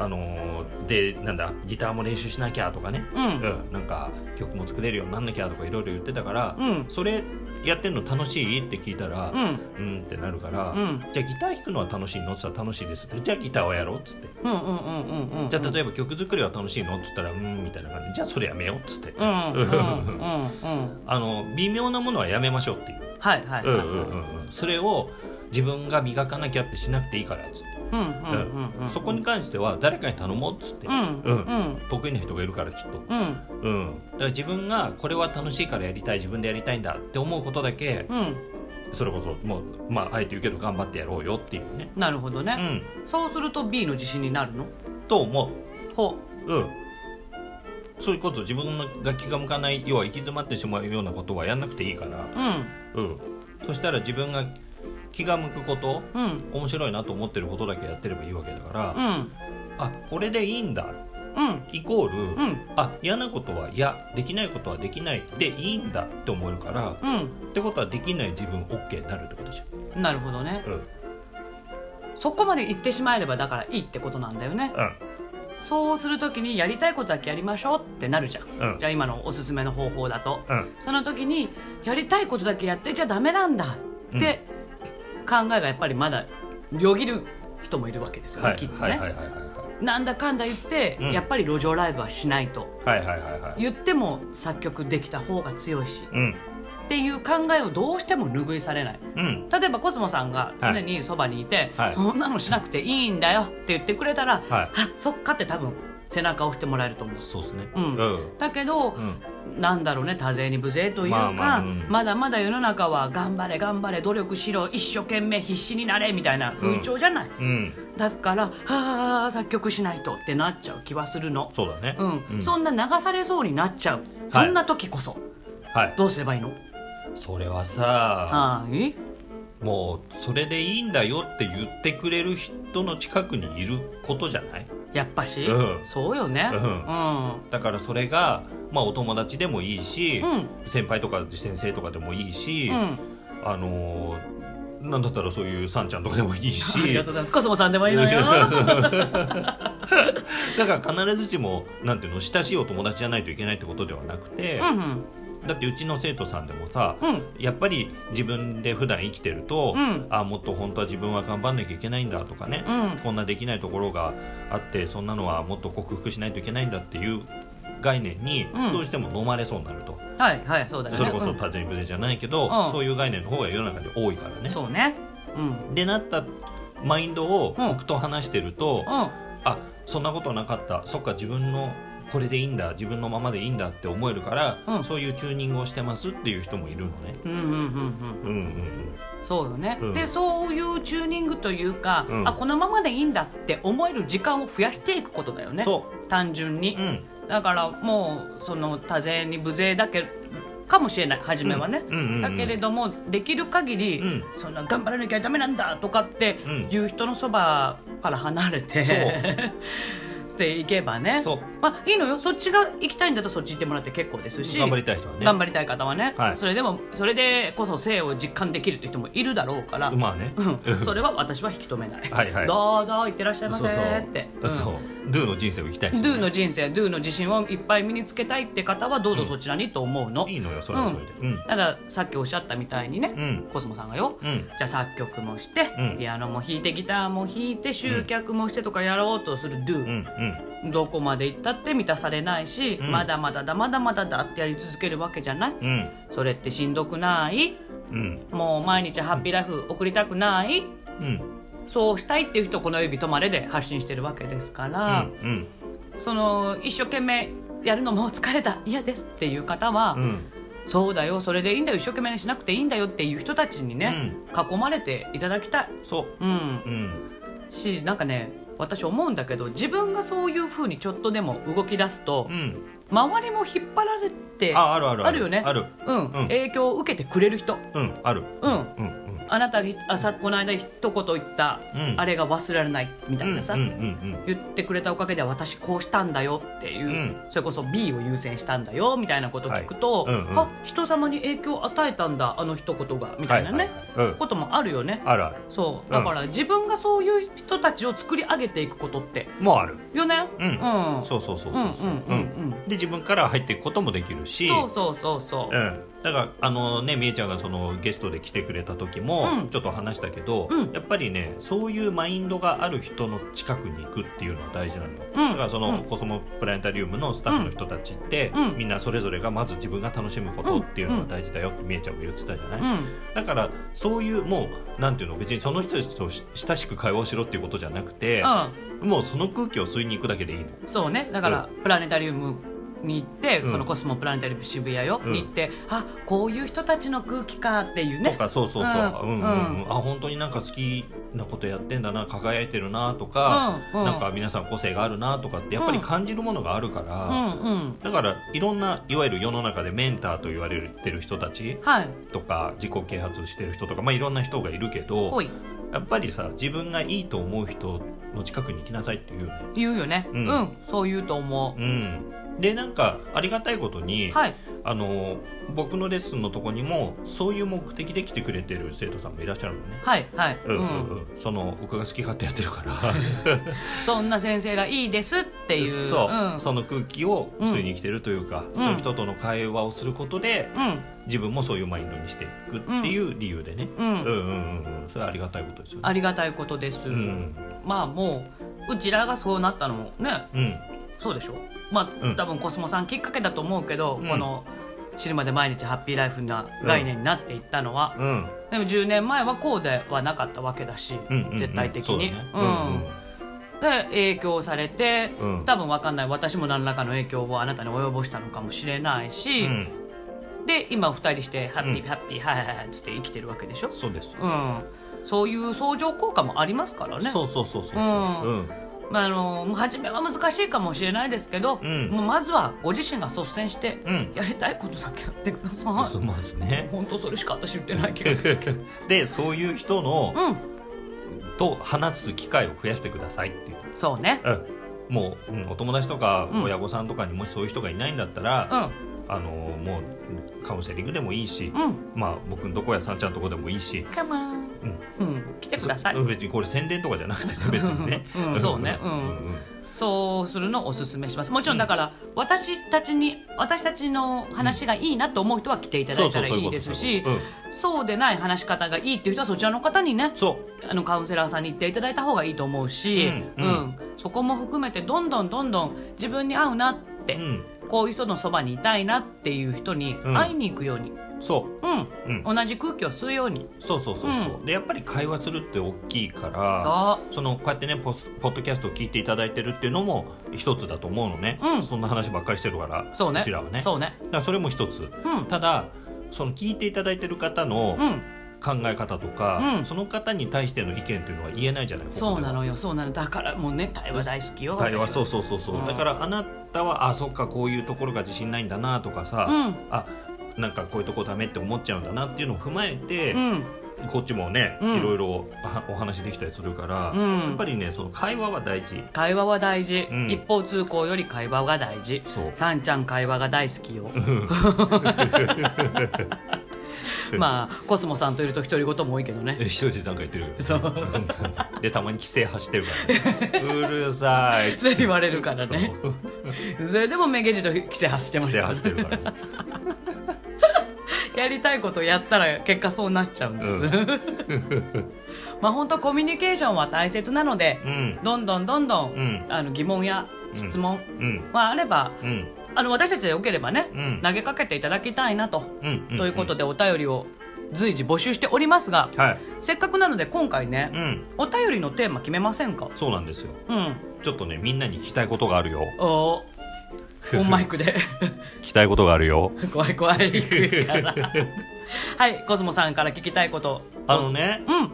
[SPEAKER 2] あのでなんだギターも練習しなきゃとかね、
[SPEAKER 1] う
[SPEAKER 2] うん
[SPEAKER 1] ん
[SPEAKER 2] なんか曲も作れるようになんなきゃとかいろいろ言ってたから、
[SPEAKER 1] うん
[SPEAKER 2] それやってんの楽しいって聞いたら、
[SPEAKER 1] うんうん
[SPEAKER 2] うん、ってなるから、
[SPEAKER 1] うん
[SPEAKER 2] じゃあギター弾くのは楽しいのっつったら楽しいですってじゃあギターをやろうっつって、
[SPEAKER 1] うんうんうんうんうん
[SPEAKER 2] じゃあ例えば曲作りは楽しいのっつったらうんみたいな感じじゃあそれやめようっつって、
[SPEAKER 1] うんうんうんうん
[SPEAKER 2] あの微妙なものはやめましょうっていう,、
[SPEAKER 1] はいはいはい
[SPEAKER 2] うんうんうんうん、それを自分が磨かなきゃってしなくていいからっつって。
[SPEAKER 1] うんうんうんうん
[SPEAKER 2] そこに関しては誰かに頼もうっつって、
[SPEAKER 1] うん
[SPEAKER 2] う
[SPEAKER 1] うんん
[SPEAKER 2] 得意な人がいるからきっと、
[SPEAKER 1] うん
[SPEAKER 2] うん、だから自分がこれは楽しいからやりたい自分でやりたいんだって思うことだけ
[SPEAKER 1] うん
[SPEAKER 2] それこそもうまああえて言うけど頑張ってやろうよっていうね
[SPEAKER 1] なるほど
[SPEAKER 2] う
[SPEAKER 1] ね、
[SPEAKER 2] ん
[SPEAKER 1] そうすると B の自信になるの
[SPEAKER 2] と思
[SPEAKER 1] ほ
[SPEAKER 2] ううんそういうこと自分が気が向かない要は行き詰まってしまうようなことはやんなくていいから
[SPEAKER 1] ううん
[SPEAKER 2] うんそしたら自分が気が向くこと
[SPEAKER 1] うん
[SPEAKER 2] 面白いなと思ってることだけやってればいいわけだから、
[SPEAKER 1] うん
[SPEAKER 2] あこれでいいんだ
[SPEAKER 1] うん
[SPEAKER 2] イコール、
[SPEAKER 1] うん
[SPEAKER 2] あ嫌なことは嫌できないことはできないでいいんだって思えるから
[SPEAKER 1] うん
[SPEAKER 2] ってことはできない自分 OK になるってことじゃ
[SPEAKER 1] なるほどね
[SPEAKER 2] んうん
[SPEAKER 1] そこまで行ってしまえればだからいいってことなんだよねそうするときにやりたいことだけやりましょうってなるじゃん、
[SPEAKER 2] うん
[SPEAKER 1] じゃあ今のおすすめの方法だと、
[SPEAKER 2] うん
[SPEAKER 1] その時にやりたいことだけやってちゃダメなんだって考えがやっぱりまだよぎる人もいるわけですよね、
[SPEAKER 2] はい
[SPEAKER 1] きっとね、
[SPEAKER 2] はいはいはい
[SPEAKER 1] なんだかんだ言って、
[SPEAKER 2] うん
[SPEAKER 1] やっぱり路上ライブはしないと
[SPEAKER 2] はいはいはいはいはいはい
[SPEAKER 1] 言っても作曲できた方が強いし
[SPEAKER 2] うん
[SPEAKER 1] っていう考えをどうしても拭いされない
[SPEAKER 2] うん
[SPEAKER 1] 例えばコスモさんが常にそばにいて、
[SPEAKER 2] はい
[SPEAKER 1] そんなのしなくていいんだよって言ってくれたら、
[SPEAKER 2] はい
[SPEAKER 1] あそっかって多分背中を押してもらえると思う
[SPEAKER 2] そうですね
[SPEAKER 1] うん
[SPEAKER 2] うん
[SPEAKER 1] だけど、
[SPEAKER 2] うん
[SPEAKER 1] なんだろうね多勢に無勢というか、
[SPEAKER 2] ま
[SPEAKER 1] ま
[SPEAKER 2] あまあうん
[SPEAKER 1] だまだ世の中は頑張れ頑張れ努力しろ一生懸命必死になれみたいな風潮じゃない、
[SPEAKER 2] うん
[SPEAKER 1] だからああ作曲しないとってなっちゃう気はするの
[SPEAKER 2] そうだね
[SPEAKER 1] うん、
[SPEAKER 2] うん
[SPEAKER 1] そんな流されそうになっちゃうそんな時こそ、
[SPEAKER 2] はい
[SPEAKER 1] どうすればいいの
[SPEAKER 2] それはさ
[SPEAKER 1] はい
[SPEAKER 2] もうそれでいいんだよって言ってくれる人の近くにいることじゃない
[SPEAKER 1] やっぱし、
[SPEAKER 2] うん
[SPEAKER 1] そうよね
[SPEAKER 2] うん
[SPEAKER 1] うん
[SPEAKER 2] だからそれがまあお友達でもいいし
[SPEAKER 1] う
[SPEAKER 2] 先輩とか先生とかでもいいし
[SPEAKER 1] うん
[SPEAKER 2] あのーなんだったらそういうさんちゃんとかでもい
[SPEAKER 1] [laughs]
[SPEAKER 2] い
[SPEAKER 1] あり
[SPEAKER 2] し
[SPEAKER 1] がとうございますコスモさんでもいいのよ
[SPEAKER 2] [laughs] だから必ずしもなんていうの親しいお友達じゃないといけないってことではなくて、
[SPEAKER 1] うんうん
[SPEAKER 2] だってうちの生徒さんでもさ、
[SPEAKER 1] うん
[SPEAKER 2] やっぱり自分で普段生きてると、
[SPEAKER 1] うん
[SPEAKER 2] あもっと本当は自分は頑張んなきゃいけないんだとかね、
[SPEAKER 1] うん
[SPEAKER 2] こんなできないところがあってそんなのはもっと克服しないといけないんだっていう概念に
[SPEAKER 1] うん
[SPEAKER 2] どうしても飲まれそうになると、
[SPEAKER 1] はいはいそうだよね
[SPEAKER 2] それこ
[SPEAKER 1] う
[SPEAKER 2] そ
[SPEAKER 1] ん
[SPEAKER 2] 多勢無勢じゃないけど、
[SPEAKER 1] うん
[SPEAKER 2] そういう概念の方が世の中で多いからね。
[SPEAKER 1] そうねうん
[SPEAKER 2] でなったマインドを
[SPEAKER 1] うん
[SPEAKER 2] 僕と話してると、
[SPEAKER 1] うん
[SPEAKER 2] あそんなことなかったそっか自分のこれでいいんだ自分のままでいいんだって思えるから、
[SPEAKER 1] うん
[SPEAKER 2] そういうチューニングをしてますっていう人もいるのね。
[SPEAKER 1] うんうんうん
[SPEAKER 2] うんうん
[SPEAKER 1] うんそうよね、
[SPEAKER 2] うん
[SPEAKER 1] でそういうチューニングというか、
[SPEAKER 2] うん
[SPEAKER 1] あこのままでいいんだって思える時間を増やしていくことだよ
[SPEAKER 2] うん、
[SPEAKER 1] ね
[SPEAKER 2] そ
[SPEAKER 1] 単純に
[SPEAKER 2] う、う、ん、
[SPEAKER 1] だからもうその多勢に無勢だけかもしれない初めはね、
[SPEAKER 2] うんうんうんうん
[SPEAKER 1] だけれどもできる限り、
[SPEAKER 2] うん
[SPEAKER 1] そんな頑張らなきゃダメなんだとかって
[SPEAKER 2] うん
[SPEAKER 1] いう人のそばから離れて、 [laughs] っていけばね
[SPEAKER 2] そう
[SPEAKER 1] まあいいのよそっちが行きたいんだったらそっち行ってもらって結構ですし
[SPEAKER 2] 頑張りたい人はね
[SPEAKER 1] 頑張りたい方はね、
[SPEAKER 2] はい
[SPEAKER 1] それでもそれでこそ性を実感できるって人もいるだろうから、
[SPEAKER 2] まあね
[SPEAKER 1] うんそれは私は引き止めない
[SPEAKER 2] はいはい
[SPEAKER 1] どうぞ行ってらっしゃいませ
[SPEAKER 2] そうそう
[SPEAKER 1] ってうん
[SPEAKER 2] そう Do の人生を生きたい人ね、
[SPEAKER 1] Do の人生 Do の自信をいっぱい身につけたいって方はどうぞそちらにと思うの、
[SPEAKER 2] いいのよそれはそれでうん、うん
[SPEAKER 1] たださっきおっしゃったみたいにね、
[SPEAKER 2] うん
[SPEAKER 1] コスモさんがよ、
[SPEAKER 2] うん
[SPEAKER 1] じゃあ作曲もして、
[SPEAKER 2] うん
[SPEAKER 1] ピアノも弾いてギターも弾いて集客もしてとかやろうとする Do、
[SPEAKER 2] うん
[SPEAKER 1] どこまで行ったって満たされないし、
[SPEAKER 2] うん
[SPEAKER 1] まだまだだまだまだだってやり続けるわけじゃない、
[SPEAKER 2] うん
[SPEAKER 1] それってしんどくない
[SPEAKER 2] うん
[SPEAKER 1] もう毎日ハッピーライフ送りたくない
[SPEAKER 2] うん
[SPEAKER 1] そうしたいっていう人をこの指止まれで発信してるわけですから、
[SPEAKER 2] うん
[SPEAKER 1] その一生懸命やるのもう疲れた嫌ですっていう方は、
[SPEAKER 2] うんうん
[SPEAKER 1] そうだよそれでいいんだよ一生懸命にしなくていいんだよっていう人たちにね、囲まれていただきたい、
[SPEAKER 2] そう
[SPEAKER 1] うん、
[SPEAKER 2] うん
[SPEAKER 1] しなんかね私思うんだけど自分がそういう風にちょっとでも動き出すと、
[SPEAKER 2] うん
[SPEAKER 1] 周りも引っ張られて
[SPEAKER 2] ああるある
[SPEAKER 1] あるよね
[SPEAKER 2] ある
[SPEAKER 1] うん
[SPEAKER 2] ん
[SPEAKER 1] 影響を受けてくれる人
[SPEAKER 2] うんある
[SPEAKER 1] うん
[SPEAKER 2] うんうん
[SPEAKER 1] あなたがあさこの間一言言った、
[SPEAKER 2] うん
[SPEAKER 1] あれが忘れられないみたいなさ、
[SPEAKER 2] うんうん
[SPEAKER 1] 言ってくれたおかげで私こうしたんだよっていう、
[SPEAKER 2] うん
[SPEAKER 1] それこそ B を優先したんだよみたいなことを聞くと、
[SPEAKER 2] はいうんうん
[SPEAKER 1] あ人様に影響を与えたんだあの一言がみたいなね、
[SPEAKER 2] はいはいはいうん
[SPEAKER 1] こともあるよね
[SPEAKER 2] あるある
[SPEAKER 1] そうだから自分がそういう人たちを作り上げていくことって
[SPEAKER 2] もうある
[SPEAKER 1] よね
[SPEAKER 2] うん
[SPEAKER 1] うん
[SPEAKER 2] そうそうそ
[SPEAKER 1] う
[SPEAKER 2] う
[SPEAKER 1] ん
[SPEAKER 2] そう
[SPEAKER 1] う
[SPEAKER 2] そうん
[SPEAKER 1] うん
[SPEAKER 2] で自分から入っていくこともできるし
[SPEAKER 1] そうそうそうそう
[SPEAKER 2] うん、だからあのねみえちゃんがそのゲストで来てくれた時も
[SPEAKER 1] うん
[SPEAKER 2] ちょっと話したけど、
[SPEAKER 1] うん
[SPEAKER 2] やっぱりねそういうマインドがある人の近くに行くっていうのは大事なのよ、
[SPEAKER 1] うん
[SPEAKER 2] だからその、
[SPEAKER 1] うん
[SPEAKER 2] コスモプラネタリウムのスタッフの人たちって、
[SPEAKER 1] うん
[SPEAKER 2] みんなそれぞれがまず自分が楽しむことっていうのが大事だよってみえちゃんが言ってたじゃない、
[SPEAKER 1] うん
[SPEAKER 2] だからそういうもうなんていうの別にその人たちとし親しく会話をしろっていうことじゃなくて、
[SPEAKER 1] うん
[SPEAKER 2] もうその空気を吸いに行くだけでいいの
[SPEAKER 1] そうねだから、プラネタリウムに行って、
[SPEAKER 2] うん
[SPEAKER 1] そのコスモプラネタリウム渋谷よ、
[SPEAKER 2] うん
[SPEAKER 1] に行ってあこういう人たちの空気かっていう
[SPEAKER 2] と
[SPEAKER 1] ね
[SPEAKER 2] かそうそうそう、
[SPEAKER 1] う
[SPEAKER 2] うんんうんうんあ本当になんか好きなことやってんだな輝いてるなとか、
[SPEAKER 1] うんうん
[SPEAKER 2] なんか皆さん個性があるなとかってやっぱり感じるものがあるか
[SPEAKER 1] う
[SPEAKER 2] ら、
[SPEAKER 1] んうん
[SPEAKER 2] だからいろんないわゆる世の中でメンターと言われてる人たち
[SPEAKER 1] はい
[SPEAKER 2] とか自己啓発してる人とか、まあ、いろんな人がいるけど
[SPEAKER 1] ほい
[SPEAKER 2] やっぱりさ自分がいいと思う人の近くに行きなさいっていうよね。
[SPEAKER 1] 言うよねう、
[SPEAKER 2] うんん
[SPEAKER 1] そう言うと思う、
[SPEAKER 2] うん、でなんかありがたいことに、
[SPEAKER 1] はい
[SPEAKER 2] あの僕のレッスンのとこにもそういう目的で来てくれてる生徒さんもいらっしゃるのね。
[SPEAKER 1] はいはい、
[SPEAKER 2] う
[SPEAKER 1] うんん
[SPEAKER 2] うんうんその僕が好き勝手やってるから
[SPEAKER 1] そんな先生がいいですっていう
[SPEAKER 2] [laughs] そう、
[SPEAKER 1] うん
[SPEAKER 2] その空気を
[SPEAKER 1] うん
[SPEAKER 2] 吸いに来てるというか、そういう人との会話をすることで
[SPEAKER 1] うん
[SPEAKER 2] 自分もそういうマインドにしていくっていう理由でね、
[SPEAKER 1] うん
[SPEAKER 2] うんうんうんうんそれはありがたいことですよね
[SPEAKER 1] ありがたいことです、
[SPEAKER 2] うん
[SPEAKER 1] まあもううちらがそうなったのもね
[SPEAKER 2] うん
[SPEAKER 1] そうでしょまあ、
[SPEAKER 2] うん
[SPEAKER 1] 多分コスモさんきっかけだと思うけど、
[SPEAKER 2] うん
[SPEAKER 1] この死ぬまで毎日ハッピーライフな概念になっていったのは、
[SPEAKER 2] うん
[SPEAKER 1] でも10年前はこうではなかったわけだし、
[SPEAKER 2] うんうんうん
[SPEAKER 1] 絶対的
[SPEAKER 2] そうだ
[SPEAKER 1] に
[SPEAKER 2] ね
[SPEAKER 1] う
[SPEAKER 2] うんんうん
[SPEAKER 1] で影響されて、
[SPEAKER 2] うん
[SPEAKER 1] 多分わかんない私も何らかの影響をあなたに及ぼしたのかもしれないし、
[SPEAKER 2] うん
[SPEAKER 1] で今二人してハッピー、
[SPEAKER 2] うん
[SPEAKER 1] ハッピーはいはいはいっつって生きてるわけでしょ、
[SPEAKER 2] そうです、
[SPEAKER 1] うん、そういう相乗効果もありますからね
[SPEAKER 2] そうそうそうそうそう
[SPEAKER 1] うん
[SPEAKER 2] うん
[SPEAKER 1] まあ、あのもう初めは難しいかもしれないですけど、
[SPEAKER 2] うん
[SPEAKER 1] もうまずはご自身が率先して
[SPEAKER 2] うん
[SPEAKER 1] やりたいことだけやってください、
[SPEAKER 2] そうまずね
[SPEAKER 1] 本当それしか私言ってない気がする
[SPEAKER 2] [laughs] でそういう人の、
[SPEAKER 1] うん
[SPEAKER 2] と話す機会を増やしてくださいっていう
[SPEAKER 1] そうね
[SPEAKER 2] うん、もう、うんお友達とか
[SPEAKER 1] うん
[SPEAKER 2] 親御さんとかにもしそういう人がいないんだったら、
[SPEAKER 1] うん
[SPEAKER 2] あのもうカウンセリングでもいいし、
[SPEAKER 1] うん
[SPEAKER 2] まあ僕のどこやさんちゃんとこでもいいし。
[SPEAKER 1] カモンうん来てください
[SPEAKER 2] そ別にこれ宣伝とかじゃなくてね別にね
[SPEAKER 1] [laughs] うんそうねうんそうするのをおすすめしますもちろんだから、私たちに私たちの話がいいなと思う人は来ていただいたらいいですし
[SPEAKER 2] そうそうそういうこと
[SPEAKER 1] そうでない話し方がいいっていう人はそちらの方にね
[SPEAKER 2] そう
[SPEAKER 1] あのカウンセラーさんに行っていただいた方がいいと思うし、う
[SPEAKER 2] うんん
[SPEAKER 1] そこも含めてどんどんどんどん自分に合うなって、
[SPEAKER 2] そううん
[SPEAKER 1] こういう人のそばにいたいなっていう人に
[SPEAKER 2] うん
[SPEAKER 1] 会いに行くように、うん
[SPEAKER 2] そううん
[SPEAKER 1] 同じ空気を吸うように
[SPEAKER 2] そうそうそうそう
[SPEAKER 1] う
[SPEAKER 2] でやっぱり会話するって大きいから
[SPEAKER 1] そ
[SPEAKER 2] そのこうやってねポスポッドキャストを聞いていただいてるっていうのも一つだと思うのね、
[SPEAKER 1] うん
[SPEAKER 2] そんな話ばっかりしてるから
[SPEAKER 1] そうね
[SPEAKER 2] ちらはね
[SPEAKER 1] そうね
[SPEAKER 2] だからそれも一つ
[SPEAKER 1] うん
[SPEAKER 2] ただその聞いていただいてる方の
[SPEAKER 1] うん
[SPEAKER 2] 考え方とか、
[SPEAKER 1] うん
[SPEAKER 2] その方に対しての意見というのは言えないじゃないですか
[SPEAKER 1] そうなのよそうなのだからもうね対話大好きよ
[SPEAKER 2] 対話
[SPEAKER 1] 私
[SPEAKER 2] そうそうそうそう、
[SPEAKER 1] うん
[SPEAKER 2] だからあなたはあそっかこういうところが自信ないんだなとかさ、
[SPEAKER 1] うん
[SPEAKER 2] あなんかこういうとこダメって思っちゃうんだなっていうのを踏まえて、
[SPEAKER 1] うん
[SPEAKER 2] こっちもね、
[SPEAKER 1] うん
[SPEAKER 2] いろいろはお話できたりするから、
[SPEAKER 1] うん
[SPEAKER 2] やっぱりねその会話は大事
[SPEAKER 1] 会話は大事、
[SPEAKER 2] うん
[SPEAKER 1] 一方通行より会話が大事
[SPEAKER 2] そう
[SPEAKER 1] さんちゃん会話が大好きよ [laughs] まあコスモさんといると独り言も多いけどね
[SPEAKER 2] [laughs] え一人でなんか言ってるよね
[SPEAKER 1] [laughs] そう
[SPEAKER 2] 本当にでたまに規制走ってるか
[SPEAKER 1] [laughs]
[SPEAKER 2] ら、ね、うるさい
[SPEAKER 1] そ
[SPEAKER 2] っつっ
[SPEAKER 1] れ
[SPEAKER 2] て
[SPEAKER 1] 言われるからね
[SPEAKER 2] そう
[SPEAKER 1] それでもめげじと規制走ってま
[SPEAKER 2] 規
[SPEAKER 1] し
[SPEAKER 2] 制
[SPEAKER 1] た
[SPEAKER 2] 走ってるから、ね、
[SPEAKER 1] やりたいことやったら結果そうなっちゃうんです、
[SPEAKER 2] う
[SPEAKER 1] [laughs] まあ本当コミュニケーションは大切なので
[SPEAKER 2] う、ん
[SPEAKER 1] どんどんどんどん、
[SPEAKER 2] うん
[SPEAKER 1] あの疑問や質問
[SPEAKER 2] うん
[SPEAKER 1] はあれば、
[SPEAKER 2] うん
[SPEAKER 1] あの私たちでよければね、
[SPEAKER 2] うん
[SPEAKER 1] 投げかけていただきたいなと、
[SPEAKER 2] うんうん
[SPEAKER 1] ということでお便りを随時募集しておりますが、
[SPEAKER 2] はい
[SPEAKER 1] せっかくなので今回ね、
[SPEAKER 2] うん
[SPEAKER 1] お便りのテーマ決めませんか
[SPEAKER 2] そうなんですよ
[SPEAKER 1] うん
[SPEAKER 2] ちょっとねみんなに聞きたいことがあるよ
[SPEAKER 1] おーオンマイク
[SPEAKER 2] [laughs]
[SPEAKER 1] で
[SPEAKER 2] 聞きたいことがあるよ
[SPEAKER 1] 怖い怖い行くからはいコスモさんから聞きたいこと
[SPEAKER 2] あのね
[SPEAKER 1] うん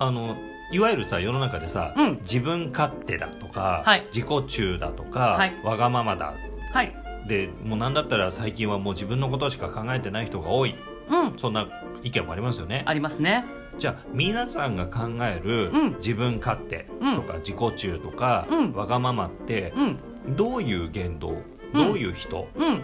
[SPEAKER 2] あのいわゆるさ世の中でさ、
[SPEAKER 1] うん
[SPEAKER 2] 自分勝手だとか、
[SPEAKER 1] はい
[SPEAKER 2] 自己中だとか、
[SPEAKER 1] はい
[SPEAKER 2] わがままだ
[SPEAKER 1] はい
[SPEAKER 2] でもうなんだったら最近はもう自分のことしか考えてない人が多い
[SPEAKER 1] うん
[SPEAKER 2] そんな意見もありますよね
[SPEAKER 1] ありますね
[SPEAKER 2] じゃあ皆さんが考える
[SPEAKER 1] うん
[SPEAKER 2] 自分勝手とか、自己中とか、
[SPEAKER 1] うん
[SPEAKER 2] わがままって
[SPEAKER 1] うん
[SPEAKER 2] どういう言動、
[SPEAKER 1] うん
[SPEAKER 2] どういう人
[SPEAKER 1] うん
[SPEAKER 2] っ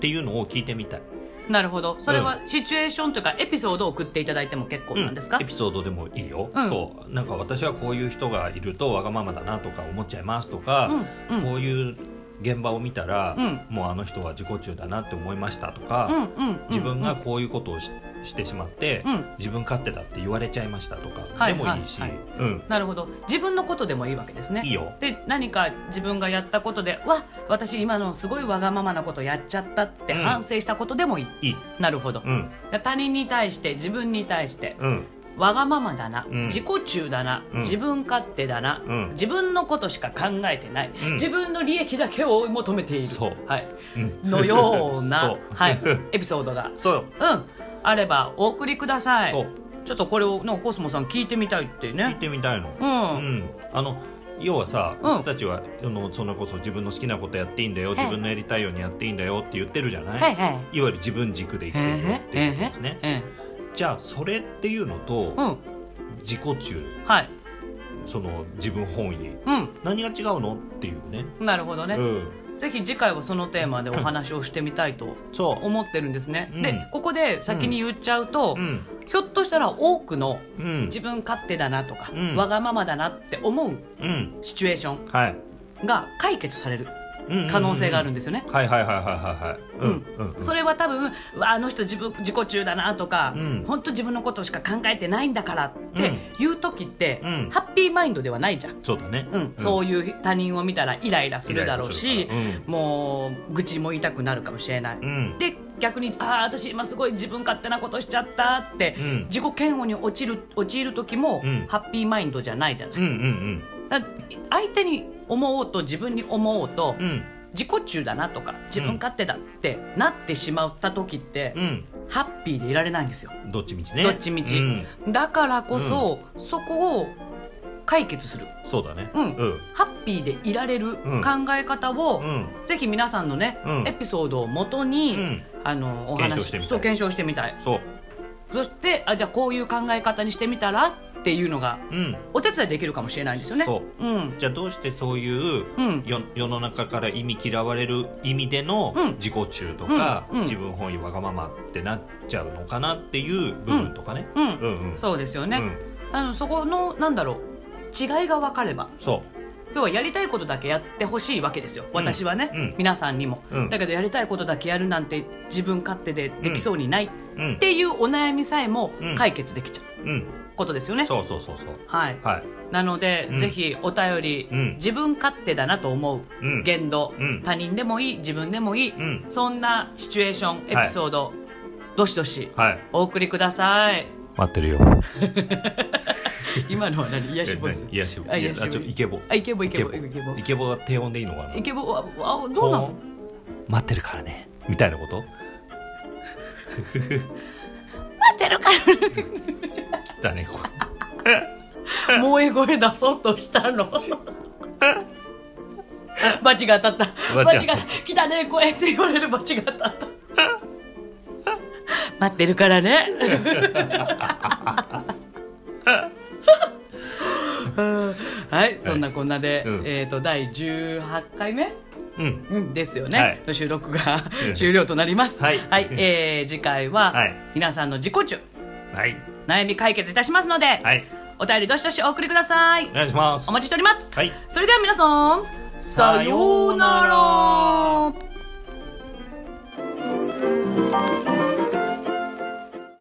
[SPEAKER 2] ていうのを聞いてみたい
[SPEAKER 1] なるほどそれはシチュエーションというかエピソードを送っていただいても結構なんですか、
[SPEAKER 2] うんエピソードでもいいよ、
[SPEAKER 1] うん
[SPEAKER 2] そうなんか私はこういう人がいるとわがままだなとか思っちゃいますとか、
[SPEAKER 1] うんうん
[SPEAKER 2] こういう現場を見たら、
[SPEAKER 1] うん
[SPEAKER 2] もうあの人は自己中だなって思いましたとか、
[SPEAKER 1] うんうんうん
[SPEAKER 2] 自分がこういうことをししてしまって、
[SPEAKER 1] うん
[SPEAKER 2] 自分勝手だって言われちゃいましたとか、
[SPEAKER 1] はい
[SPEAKER 2] でもいいし、
[SPEAKER 1] はいはい
[SPEAKER 2] うん、
[SPEAKER 1] なるほど自分のことでもいいわけですね
[SPEAKER 2] いいよ
[SPEAKER 1] で何か自分がやったことでわ私今のすごいわがままなことやっちゃったって
[SPEAKER 2] うん
[SPEAKER 1] 反省したことでもいい、
[SPEAKER 2] いい
[SPEAKER 1] なるほど、
[SPEAKER 2] うん
[SPEAKER 1] で他人に対して自分に対して
[SPEAKER 2] うん
[SPEAKER 1] わがままだな、
[SPEAKER 2] うん
[SPEAKER 1] 自己中だな、
[SPEAKER 2] うん
[SPEAKER 1] 自分勝手だな、
[SPEAKER 2] うん
[SPEAKER 1] 自分のことしか考えてない、
[SPEAKER 2] ん
[SPEAKER 1] 自分の利益だけを追い求めている
[SPEAKER 2] そう
[SPEAKER 1] はい
[SPEAKER 2] うん
[SPEAKER 1] のような
[SPEAKER 2] [laughs] そう
[SPEAKER 1] はい、エピソードが
[SPEAKER 2] そう
[SPEAKER 1] うんあればお送りください
[SPEAKER 2] そう
[SPEAKER 1] ちょっとこれをなんかコスモさん聞いてみたいって
[SPEAKER 2] 聞い
[SPEAKER 1] ね
[SPEAKER 2] てみたいの
[SPEAKER 1] うん
[SPEAKER 2] あの要はさ、
[SPEAKER 1] うん
[SPEAKER 2] 僕たちはあのそれこそ自分の好きなことやっていいんだよ、
[SPEAKER 1] はい
[SPEAKER 2] 自分のやりたいようにやっていいんだよって言ってるじゃない、
[SPEAKER 1] はい
[SPEAKER 2] い、
[SPEAKER 1] はい
[SPEAKER 2] わゆる自分軸で生き
[SPEAKER 1] え
[SPEAKER 2] てるよっていうことですね、
[SPEAKER 1] え
[SPEAKER 2] じゃあそれっていうのと、
[SPEAKER 1] うん
[SPEAKER 2] 自己中
[SPEAKER 1] はい
[SPEAKER 2] その自分本位
[SPEAKER 1] うん
[SPEAKER 2] 何が違うのっていうね
[SPEAKER 1] なるほどね、
[SPEAKER 2] うん
[SPEAKER 1] ぜひ次回はそのテーマでお話をしてみたいと
[SPEAKER 2] そう
[SPEAKER 1] 思ってるんですね、
[SPEAKER 2] うん
[SPEAKER 1] でここで先に言っちゃうと、
[SPEAKER 2] うん
[SPEAKER 1] ひょっとしたら多くの
[SPEAKER 2] うん
[SPEAKER 1] 自分勝手だなとか、
[SPEAKER 2] うん
[SPEAKER 1] わがままだなって思う
[SPEAKER 2] うん
[SPEAKER 1] シチュエーション
[SPEAKER 2] はい
[SPEAKER 1] が解決される
[SPEAKER 2] うん
[SPEAKER 1] 可能性があるんですよね、
[SPEAKER 2] はいはいはいはいはいはいうんうんうん
[SPEAKER 1] それは多分うわあの人自分自己中だなとか、
[SPEAKER 2] うん
[SPEAKER 1] 本当自分のことしか考えてないんだからっていう時って、
[SPEAKER 2] うん
[SPEAKER 1] ハッピーマインドではないじゃん、
[SPEAKER 2] そうだね
[SPEAKER 1] うんそう
[SPEAKER 2] い
[SPEAKER 1] いう他人を見たらイライラするだろう
[SPEAKER 2] イライ
[SPEAKER 1] し
[SPEAKER 2] ラするから
[SPEAKER 1] もう愚痴も言いたくなるかもしれない、
[SPEAKER 2] うんうん
[SPEAKER 1] で逆にああ私今すごい自分勝手なことしちゃったって、
[SPEAKER 2] うん
[SPEAKER 1] 自己嫌悪に陥る陥る時も、
[SPEAKER 2] うん
[SPEAKER 1] ハッピーマインドじゃないじゃない
[SPEAKER 2] うんうん
[SPEAKER 1] だ相手に思おうと自分に思おうと、
[SPEAKER 2] うんうん
[SPEAKER 1] 自己中だなとか自分勝手だってなってしまった時って、
[SPEAKER 2] うん
[SPEAKER 1] ハッピーでいられないんですよ
[SPEAKER 2] どっちみちね
[SPEAKER 1] どっちみち
[SPEAKER 2] うん
[SPEAKER 1] だからこそ、そこを解決する
[SPEAKER 2] そうだね
[SPEAKER 1] うん
[SPEAKER 2] うん
[SPEAKER 1] ハッピーでいられる考
[SPEAKER 2] うん
[SPEAKER 1] え方を、
[SPEAKER 2] うん
[SPEAKER 1] ぜひ皆さんのね、
[SPEAKER 2] うん
[SPEAKER 1] エピソードをもとに、
[SPEAKER 2] うん
[SPEAKER 1] あのお
[SPEAKER 2] 検
[SPEAKER 1] 話
[SPEAKER 2] 証してみたい
[SPEAKER 1] そう検証してみたい
[SPEAKER 2] そう
[SPEAKER 1] そしてあじゃあこういう考え方にしてみたらっていうのが
[SPEAKER 2] うん
[SPEAKER 1] お手伝いできるかもしれないんですよね
[SPEAKER 2] そう
[SPEAKER 1] うん
[SPEAKER 2] じゃあどうしてそういう
[SPEAKER 1] うん
[SPEAKER 2] よ世の中から意味嫌われる意味での
[SPEAKER 1] うん
[SPEAKER 2] 自己中とか、
[SPEAKER 1] うんうん
[SPEAKER 2] 自分本位わがままってなっちゃうのかなっていう部分とかね、
[SPEAKER 1] うん、
[SPEAKER 2] うんうん
[SPEAKER 1] そうですよ
[SPEAKER 2] う
[SPEAKER 1] ね、
[SPEAKER 2] ん
[SPEAKER 1] あのそこのなんだろう違いが分かれば
[SPEAKER 2] そ
[SPEAKER 1] 要はやりたいことだけやってほしいわけですよ私はね、
[SPEAKER 2] うん
[SPEAKER 1] 皆さんにも、
[SPEAKER 2] うん
[SPEAKER 1] だけどやりたいことだけやるなんて自分勝手でできそうにない、
[SPEAKER 2] ううん
[SPEAKER 1] っ、ていうお悩みさえも
[SPEAKER 2] うん
[SPEAKER 1] 解決できちゃう
[SPEAKER 2] うん、
[SPEAKER 1] ことですよね、
[SPEAKER 2] そうそうそうそう
[SPEAKER 1] はい
[SPEAKER 2] はい
[SPEAKER 1] なので、
[SPEAKER 2] うん
[SPEAKER 1] ぜひお便り、
[SPEAKER 2] うん
[SPEAKER 1] 自分勝手だなと思う
[SPEAKER 2] うん
[SPEAKER 1] 言動、
[SPEAKER 2] うん
[SPEAKER 1] 他人でもいい自分でもいい、
[SPEAKER 2] うん
[SPEAKER 1] そんなシチュエーションエピソード、どしどし
[SPEAKER 2] はい
[SPEAKER 1] お送りくださ
[SPEAKER 2] [laughs]
[SPEAKER 1] い
[SPEAKER 2] 待ってるよ
[SPEAKER 1] 今のは何癒しボイス
[SPEAKER 2] いやし
[SPEAKER 1] あ
[SPEAKER 2] い
[SPEAKER 1] 癒
[SPEAKER 2] や
[SPEAKER 1] やし
[SPEAKER 2] あちょイケボ
[SPEAKER 1] あイケボイケボイケボ
[SPEAKER 2] イケボは低音でいいのかな
[SPEAKER 1] イケボはあどうな
[SPEAKER 2] 高
[SPEAKER 1] の
[SPEAKER 2] 音待ってるからねみたいなこと
[SPEAKER 1] 待ってるか
[SPEAKER 2] 来たねここ
[SPEAKER 1] [laughs] ら萌え声出そうとした
[SPEAKER 2] [laughs]
[SPEAKER 1] のバチが当たったバ
[SPEAKER 2] バ
[SPEAKER 1] チ
[SPEAKER 2] チ
[SPEAKER 1] が
[SPEAKER 2] が
[SPEAKER 1] 「来たね声」って言われるバチが当たった待ってるからね [laughs] うんはいそんなこんなで、
[SPEAKER 2] うん
[SPEAKER 1] えっ、と第18回目
[SPEAKER 2] うん
[SPEAKER 1] うん、ですよね、
[SPEAKER 2] はい
[SPEAKER 1] の収録が
[SPEAKER 2] うん
[SPEAKER 1] 終了となります。
[SPEAKER 2] はい
[SPEAKER 1] えー次回は、
[SPEAKER 2] はい
[SPEAKER 1] 皆さんの自己中、
[SPEAKER 2] はい
[SPEAKER 1] 悩み解決いたしますので、
[SPEAKER 2] はい
[SPEAKER 1] お便りどしどしお送りください
[SPEAKER 2] お。願いします
[SPEAKER 1] お待ちしております。
[SPEAKER 2] はい
[SPEAKER 1] それでは皆さん、さようなら。